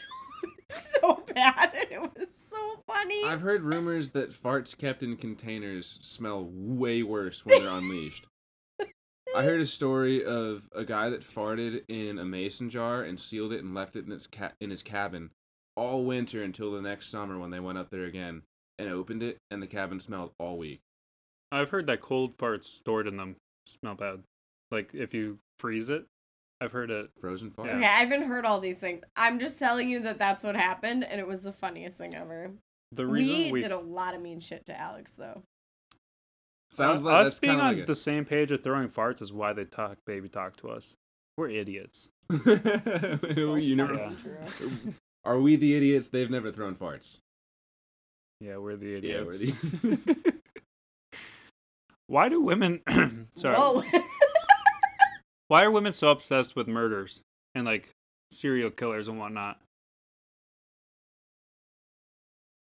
so bad and it was so funny.
I've heard rumors that farts kept in containers smell way worse when they're unleashed. I heard a story of a guy that farted in a mason jar and sealed it and left it in his ca- in his cabin all winter until the next summer when they went up there again and opened it and the cabin smelled all week.
I've heard that cold farts stored in them smell bad. Like if you freeze it, I've heard it.
Frozen fart.
Okay, I haven't heard all these things. I'm just telling you that that's what happened and it was the funniest thing ever.
The
We
reason
did a lot of mean shit to Alex though.
Sounds
Uh,
like
us
that's
being
kinda
on
like
the same page of throwing farts is why they talk baby talk to us. We're idiots.
a...
So
you never-
fucking
Yeah.
true.
Are we the idiots? They've never thrown farts.
Yeah, we're the
Yeah,
idiots.
we're the
why do women? sorry.
Whoa.
Why are women so obsessed with murders and like serial killers and whatnot?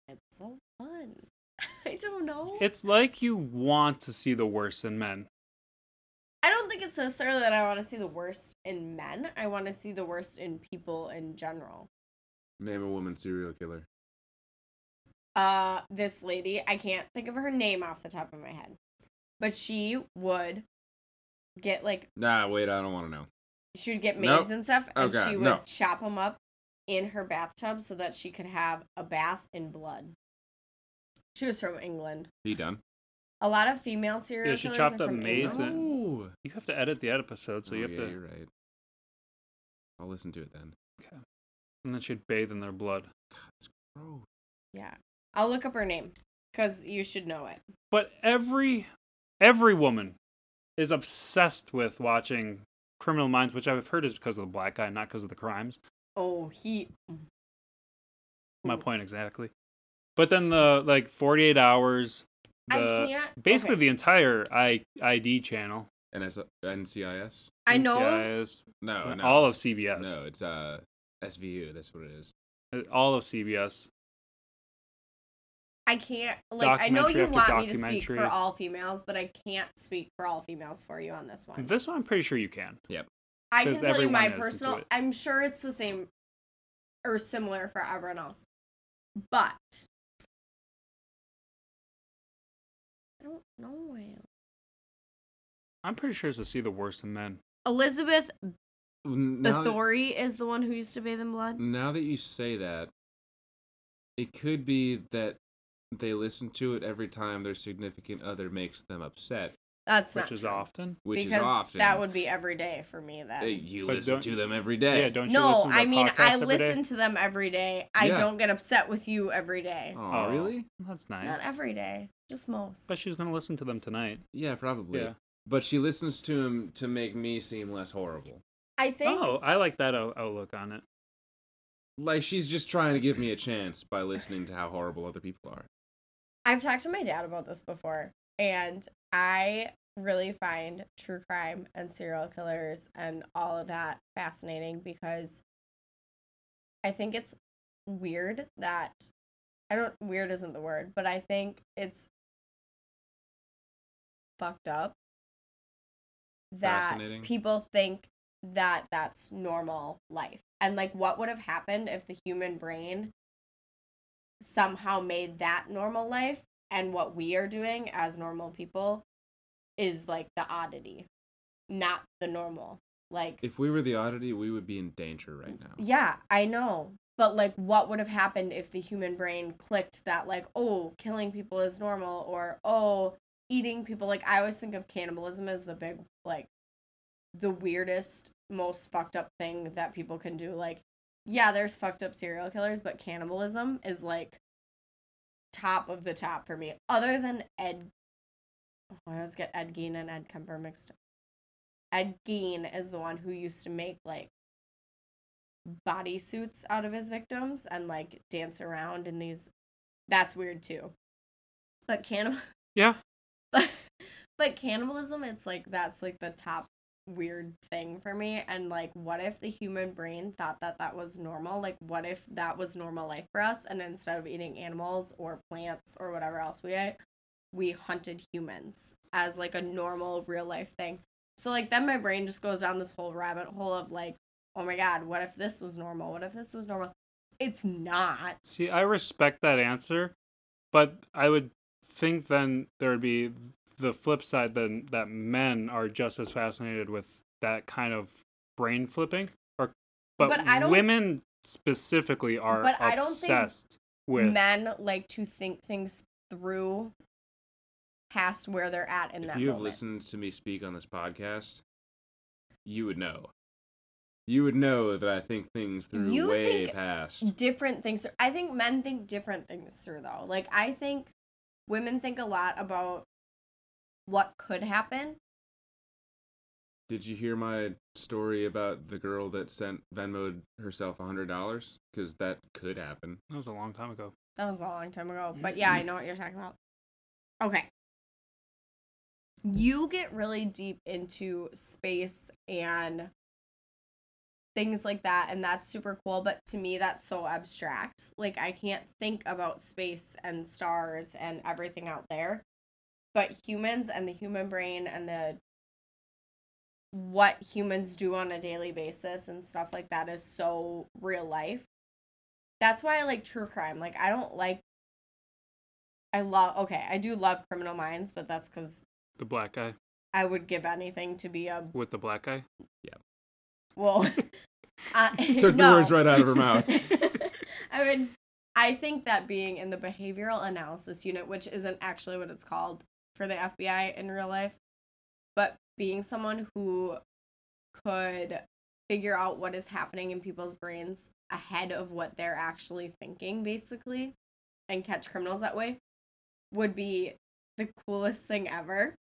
it's so fun. I don't know.
It's like you want to see the worst in men.
I don't think it's it's necessarily that I want to see the worst in men. I want to see the worst in people in general.
Name a woman serial killer.
Uh, this lady, I can't think of her name off the top of my head, but she would get like
Nah, wait, I don't want to know.
she would get
Nope.
maids and stuff,
Oh,
and
God,
she would
no.
chop them up in her bathtub so that she could have a bath in blood. She was from England.
He done.
A lot of female serial
Yeah, she
killers
chopped
are
up
from
maids
England.
and- You have to edit the episode, so you
Oh,
have
yeah,
to.
You're right. I'll listen to it then.
And then she'd bathe in their blood.
Bro,
Yeah, I'll look up her name because you should know it.
But every every woman is obsessed with watching Criminal Minds, which I've heard is because of the black guy, not because of the crimes.
Oh, he.
My
Mm.
point exactly. But then the like 48 hours,
I
the
can't.
basically
okay.
the entire I, ID channel.
NS- NCIS?
I know.
NCIS,
Oh, No, no.
all of CBS,
No, it's uh SVU. That's what it is.
Uh, all of CBS.
I can't. Like, I know
Documentary
you
after
want me to speak for
documentary.
all females, but I can't speak for all females for you on this one.
This one, I'm pretty sure you can.
I can
'Cause
tell you
everyone
my
is into
personal.
it.
I'm sure it's the same or similar for everyone else, but I don't know. Wales.
I'm pretty sure it's to see the worst in men.
Elizabeth
Now that,
Bathory is the one who used to bathe in blood.
now that you say that, it could be that they listen to it every time their significant other makes them upset,
That's
which
not
is
true.
often.
which
because
is often
that would be every day for me. That
Uh, you
But
listen
don't-
to them every day.
Yeah, don't you
no,
listen to
I
the
mean I
podcast every day?
listen to them every day. I
Yeah.
don't get upset with you every day.
Aw,
Oh,
really?
That's nice.
Not every day, just most.
But she's gonna listen to them tonight.
Yeah, probably.
Yeah.
But she listens to him to make me seem less horrible.
I think
Oh, I like that out- outlook on it.
Like she's just trying to give me a chance by listening to how horrible other people are.
I've talked to my dad about this before, and I really find true crime and serial killers and all of that fascinating because I think it's weird that I don't weird isn't the word, but I think it's fucked up that
Fascinating.
people think that that's normal life. And like what would have happened if the human brain somehow made that normal life and what we are doing as normal people is like the oddity, not the normal. Like
If we were the oddity, we would be in danger right now.
yeah, I know. But like what would have happened if the human brain clicked that like, oh, killing people is normal or oh, eating people like I always think of cannibalism as the big like the weirdest, most fucked up thing that people can do. Like, yeah, there's fucked up serial killers, but cannibalism is like top of the top for me. Other than Ed oh, I always get Ed Gein and Ed Kemper mixed up. Ed Gein is the one who used to make like bodysuits out of his victims and like dance around in these that's weird too but cannibal
Yeah.
but, but cannibalism it's like that's like the top weird thing for me and like what if the human brain thought that that was normal like what if that was normal life for us and instead of eating animals or plants or whatever else we ate we hunted humans as like a normal real life thing so like then my brain just goes down this whole rabbit hole of like oh my god what if this was normal what if this was normal it's not
See, I respect that answer, but I would think then there would be the flip side then that men are just as fascinated with that kind of brain flipping, or but,
But I don't-
women specifically are
But I don't think
obsessed with
men like to think things through past where they're at in
if
that
you have
moment.
listened to me speak on this podcast, you would know. You would know that I think things through
You
way
think-
past.
different things. I think men think different things through though. Like I think women think a lot about what could happen.
Did you hear my story about the girl that sent Venmoed herself a hundred dollars? Because that could happen.
That was a long time ago.
That was a long time ago, but yeah, I know what you're talking about. Okay. You get really deep into space and things like that, and that's super cool, but to me, that's so abstract. Like, I can't think about space and stars and everything out there, but humans and the human brain and the what humans do on a daily basis and stuff like that is so real life. That's why I like true crime. Like I don't like I love okay, I do love criminal minds, but that's cuz
The black guy
I would give anything to be a
Mm.
with the black guy.
well uh,
Took
no.
the words right out of her mouth.
I would I think that being in the behavioral analysis unit, which isn't actually what it's called for the FBI in real life, but being someone who could figure out what is happening in people's brains ahead of what they're actually thinking basically and catch criminals that way would be the coolest thing ever.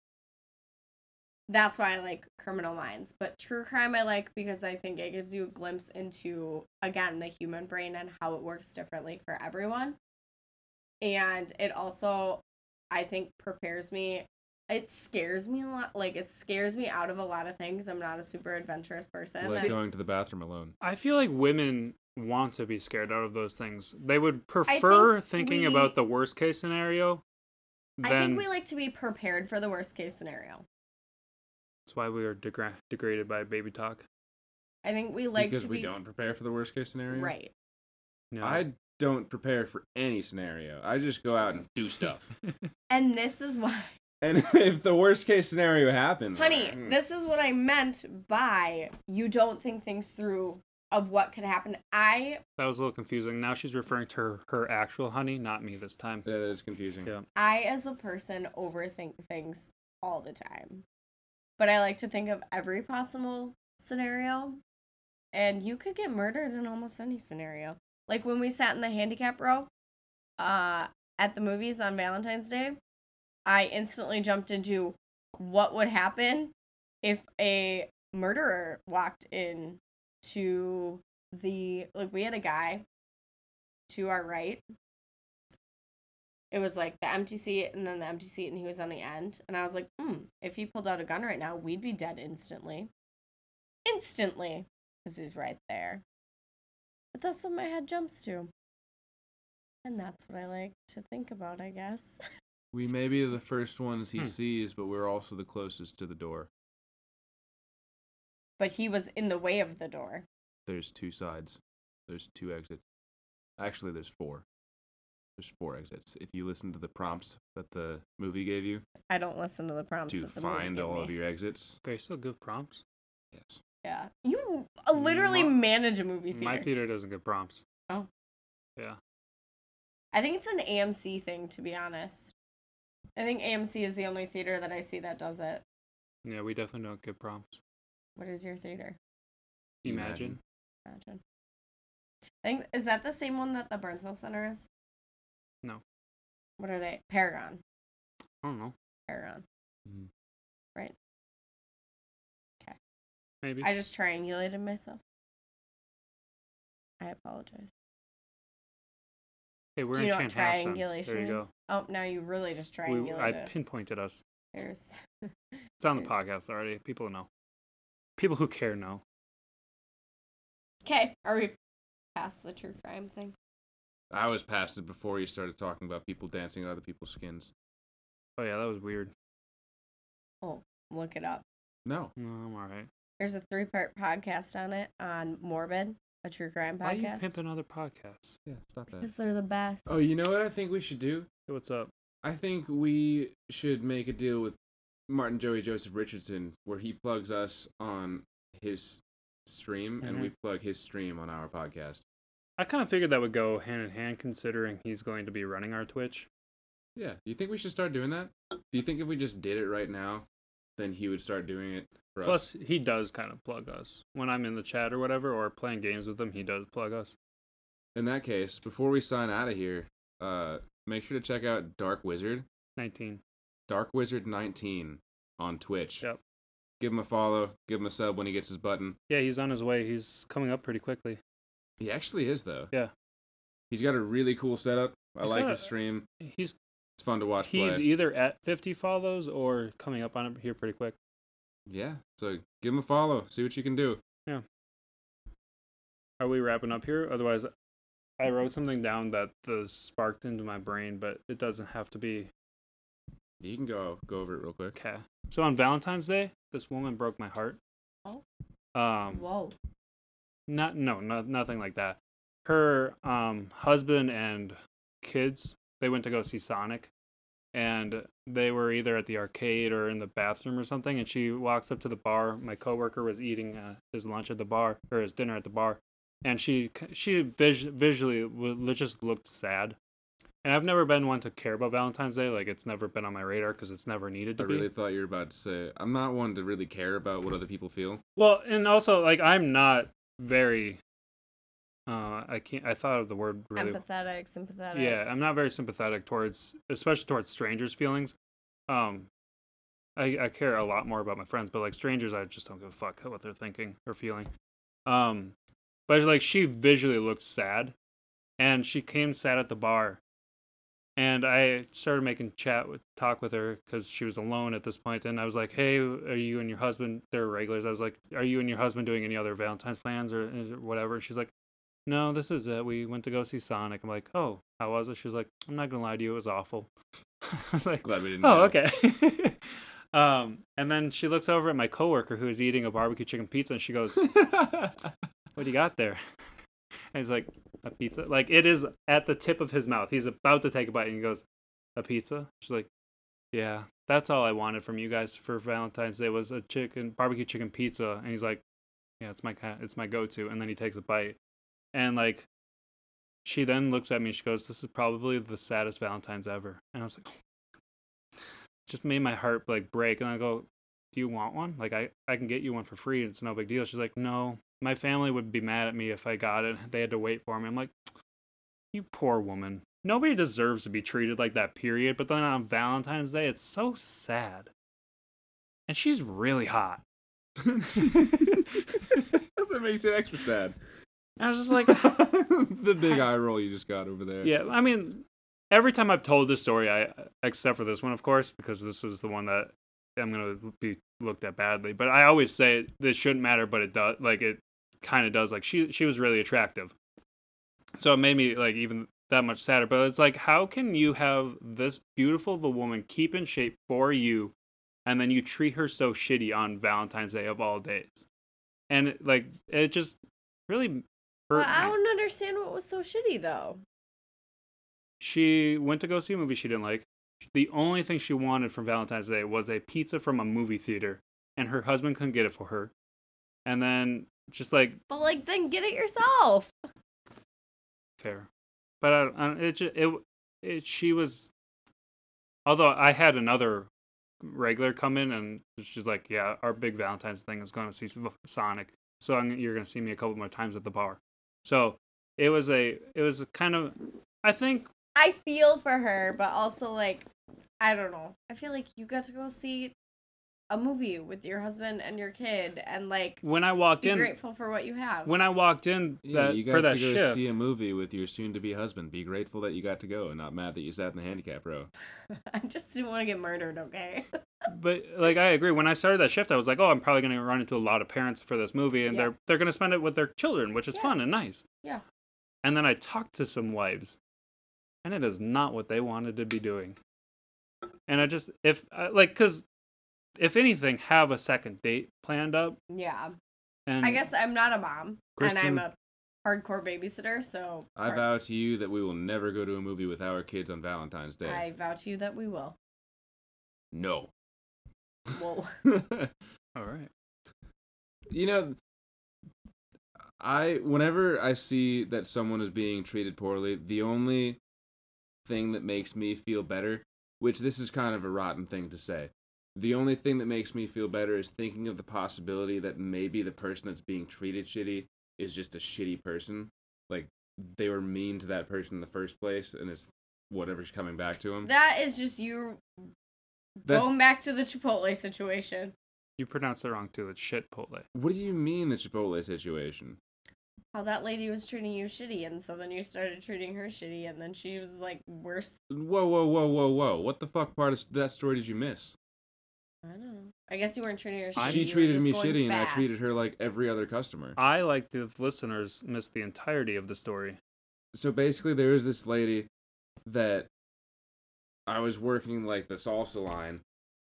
That's why I like Criminal Minds. But true crime I like because I think it gives you a glimpse into, again, the human brain and how it works differently for everyone. And it also, I think, prepares me. It scares me a lot. Like, it scares me out of a lot of things. I'm not a super adventurous person.
Like
and-
going to the bathroom alone.
I feel like women want to be scared out of those things. They would prefer thinking
we-
about the worst case scenario
I
than
think we like to be prepared for the worst case scenario.
that's why we are degra- degraded by baby talk.
I think we like
because
to
we
be
don't prepare for the worst case scenario.
right.
No.
I don't prepare for any scenario. I just go out and do stuff.
And this is why
and if the worst case scenario hmm, happens,
Honey,
like,
this is what I meant by you don't think things through of what could happen. I
That was a little confusing. Now she's referring to her, her actual honey, not me this time.
yeah, that is confusing.
Yeah.
I as a person overthink things all the time. But I like to think of every possible scenario. And you could get murdered in almost any scenario. Like when we sat in the handicap row uh at the movies on Valentine's Day, I instantly jumped into what would happen if a murderer walked in to the like we had a guy to our right it was like the empty seat and then the empty seat and he was on the end and i was like hmm if he pulled out a gun right now we'd be dead instantly instantly because he's right there but that's what my head jumps to and that's what i like to think about i guess
We may be the first ones he
Hmm.
sees, but we're also the closest to the door.
but he was in the way of the door
There's two sides. There's two exits. Actually, there's four. There's four exits. If you listen to the prompts that the movie gave you
i don't listen to the prompts
to
that the movie
find
gave
all
me.
of your exits,
They still give prompts.
yes.
yeah you uh, literally
My-
manage a movie
My
theater
theater doesn't give prompts.
Oh.
Yeah.
i think it's an amc thing to be honest i think amc is the only theater that i see that does it
Yeah, we definitely don't give prompts.
what is your theater
Imagine.
Imagine. I think is that the same one that the Burnsville Center is?
No.
What are they? Paragon.
I don't know.
Paragon.
Mhm.
Right. Okay.
Maybe.
I just triangulated myself. I apologize.
hey, we're
Do
in
you know what
Chanhassen.
triangulation
There you go.
is? Oh, now you really just
We, I
triangulated.
pinpointed us.
There's
It's on the podcast already. People know. People who care know.
Okay, are we past the true crime thing?
I was past it before you started talking about people dancing on other people's skins.
Oh yeah, that was weird.
Oh, Look it up.
No.
Hmm.
No, Mm, I'm all right.
There's a three part podcast on it on Morbid, a true crime
Why are you
podcast.
pimping other podcasts?
Yeah, stop that.
Because they're the best.
Oh, you know what I think we should do?
Hey, what's up?
I think we should make a deal with Martin Joey Joseph Richardson where he plugs us on his stream and
Mm-hmm.
we plug his stream on our podcast.
I kind of figured that would go hand in hand, considering he's going to be running our Twitch.
Yeah. You think we should start doing that? Do you think if we just did it right now, then he would start doing it for us?
Plus, he does kind of plug us when I'm in the chat or whatever, or playing games with him. He does plug us.
In that case, before we sign out of here, uh, make sure to check out Dark Wizard,
Nineteen.
Dark Wizard 19 on Twitch.
Yep.
Give him a follow, give him a sub when he gets his button.
Yeah, he's on his way. He's coming up pretty quickly.
He actually is though.
Yeah.
He's got a really cool setup. I
He's
like
got
his
a-
stream.
He's
It's fun to watch
he's e-
play.
either at 50 follows or coming up on it here pretty quick.
yeah. So give him a follow. See what you can do.
Are we wrapping up here? Otherwise, I wrote something down that the sparked into my brain, but it doesn't have to be
You can go go over it real quick.
Okay. So on Valentine's Day, this woman broke my heart. Um,
Whoa.
not no, no nothing like that her um husband and kids they went to go see sonic and they were either at the arcade or in the bathroom or something and she walks up to the bar my coworker was eating uh, his lunch at the bar or his dinner at the bar and she k- she vis- visually w- just looked sad and i've never been one to care about valentine's day like it's never been on my radar because it's never needed
I
to be
really thought you were about to say I'm not one to really care about what other people feel.
Well, and also like I'm not very uh I can't I thought of the word really
Empathetic, sympathetic.
Yeah, I'm not very sympathetic towards especially towards strangers feelings. Um I I care a lot more about my friends, but like strangers I just don't give a fuck what they're thinking or feeling. Um but like she visually looked sad and she came sat at the bar and I started making chat with talk with her because she was alone at this point, and I was like, "Hey, are you and your husband? They're regulars." I was like, "Are you and your husband doing any other Valentine's plans or is it whatever?" And she's like, "No, this is it. We went to go see Sonic." I'm like, "Oh, how was it?" She's like, "I'm not gonna lie to you, it was awful." I was like,
Glad we didn't.
"Oh,
know.
okay." um, and then she looks over at my coworker who is eating a barbecue chicken pizza, and she goes, what do you got there? And he's like, a pizza. Like it is at the tip of his mouth. He's about to take a bite and he goes, a pizza? She's like, yeah, that's all I wanted from you guys for Valentine's Day was a chicken barbecue chicken pizza. And he's like, yeah, it's my kind, it's my go-to. And then he takes a bite, and like, she then looks at me. and She goes, this is probably the saddest Valentine's ever. And I was like, just made my heart like break. And I go, do you want one? Like I, I can get you one for free. It's no big deal. She's like, no, my family would be mad at me if I got it. They had to wait for me. I'm like, you poor woman. Nobody deserves to be treated like that, period. But then on Valentine's Day, it's so sad. And she's really hot.
that makes it extra sad.
And I was just like,
the big eye roll you just got over there.
yeah, I mean, every time I've told this story, I except for this one, of course, because this is the one that I'm gonna be looked at badly. But I always say it, this shouldn't matter, but it does. Like it kind of does. Like she she was really attractive, so it made me like even that much sadder. But it's like, how can you have this beautiful of a woman keep in shape for you, and then you treat her so shitty on Valentine's Day of all days? And like it just really hurt.
But I
me
don't understand what was so shitty though.
she went to go see a movie she didn't like. The only thing she wanted from Valentine's Day was a pizza from a movie theater, and her husband couldn't get it for her. And then just like
But like, then get it yourself.
fair, but I, I it, ju- it it she was. Although I had another regular come in, and she's like, "Yeah, our big Valentine's thing is going to see Sonic, so I'm, you're going to see me a couple more times at the bar." So it was a it was a kind of I think
I feel for her, but also like, I don't know. I feel like you got to go see a movie with your husband and your kid, and like,
when I walked
be
in.
grateful for what you have.
when I walked in
Yeah,
that,
you got
for that
to go
shift,
see a movie with your soon-to-be husband. Be grateful that you got to go, and not mad that you sat in the handicap row.
I just didn't want to get murdered. Okay.
but like I agree. When I started that shift, I was like, oh, I'm probably going to run into a lot of parents for this movie, and
Yeah.
they're they're going to spend it with their children, which is
Yeah.
fun and nice.
Yeah.
And then I talked to some wives, and it is not what they wanted to be doing. And I just if I- like because if anything, have a second date planned up.
Yeah.
And
I guess I'm not a mom,
Kristen-
and I'm a hardcore babysitter. So
I
or-
vow to you that we will never go to a movie with our kids on Valentine's Day.
I vow to you that we will.
No.
Well,
all right.
you know i whenever i see that someone is being treated poorly the only thing that makes me feel better which this is kind of a rotten thing to say the only thing that makes me feel better is thinking of the possibility that maybe the person that's being treated shitty is just a shitty person like they were mean to that person in the first place and it's whatever's coming back to them
that is just you
that's
going back to the Chipotle situation.
You pronounced it wrong too. It's shit pole.
what do you mean the chipotle situation
How that lady was treating you shitty, and so then you started treating her shitty, and then she was like worse.
whoa whoa whoa whoa whoa what the fuck part of that story did you miss
I don't know. I guess you weren't treating her. shitty.
she
you were
treated
just
me
going
shitty and I
fast.
treated her like every other customer.
I like the listeners missed the entirety of the story.
So basically there was this lady that I was working like the salsa line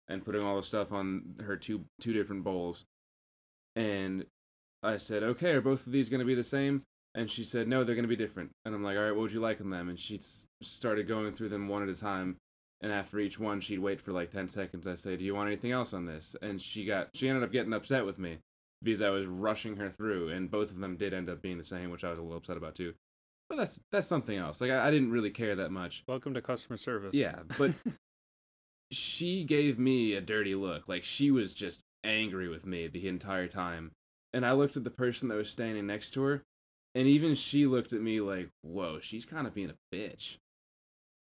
and putting all the stuff on her two two different bowls And I said, okay, are both of these going to be the same? And she said, no, they're going to be different. And I'm like, all right, what would you like on them? And she s- started going through them one at a time. And after each one, she'd wait for like 10 seconds. I say, do you want anything else on this? And she got, she ended up getting upset with me because I was rushing her through. And both of them did end up being the same, which I was a little upset about too. But that's, that's something else. Like, I, I didn't really care that much.
Welcome to customer service.
Yeah, but she gave me a dirty look. Like she was just angry with me the entire time. And I looked at the person that was standing next to her, and even she looked at me like, "Whoa, she's kind of being a bitch."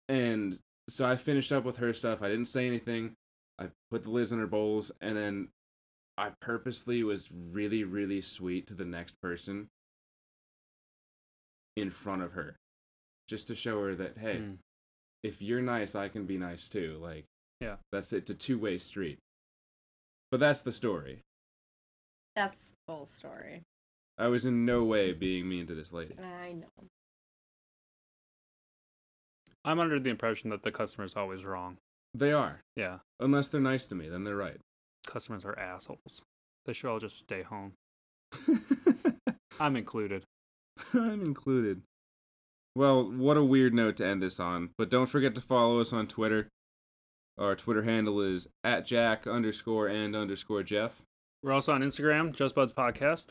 And so I finished up with her stuff. I didn't say anything. I put the lids in her bowls, and then I purposely was really, really sweet to the next person in front of her, just to show her that, hey,
Mm.
if you're nice, I can be nice too. Like,
Yeah.
that's it's a two way street. But that's the story.
That's the whole story.
I was in no way being mean to this lady.
I know.
I'm under the impression that the customer is always wrong.
They are,
Yeah,
unless they're nice to me, then they're right.
customers are assholes. They should all just stay home. I'm included.
I'm included. Well, what a weird note to end this on. But don't forget to follow us on Twitter. Our Twitter handle is at Jack underscore and underscore Jeff.
We're also on Instagram, Just Buds Podcast.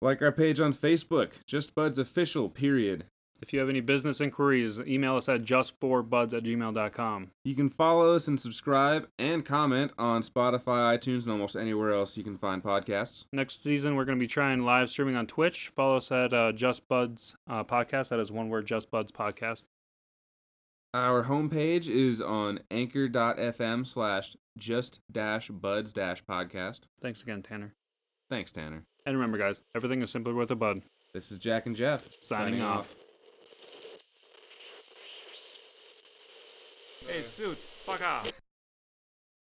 Like our page on Facebook, Just Buds Official, period.
If you have any business inquiries, email us at just4buds at gmail.com.
You can follow us and subscribe and comment on Spotify, iTunes, and almost anywhere else you can find podcasts.
Next season, we're going to be trying live streaming on Twitch. Follow us at uh, Just Buds uh, Podcast. That is one word, Just Buds Podcast.
Our homepage is on anchor.fm slash just dash buds dash podcast.
Thanks again, Tanner.
Thanks, Tanner.
And remember, guys, everything is simply worth a bud.
This is Jack and Jeff
Signing, off.
Hey, suits, fuck off.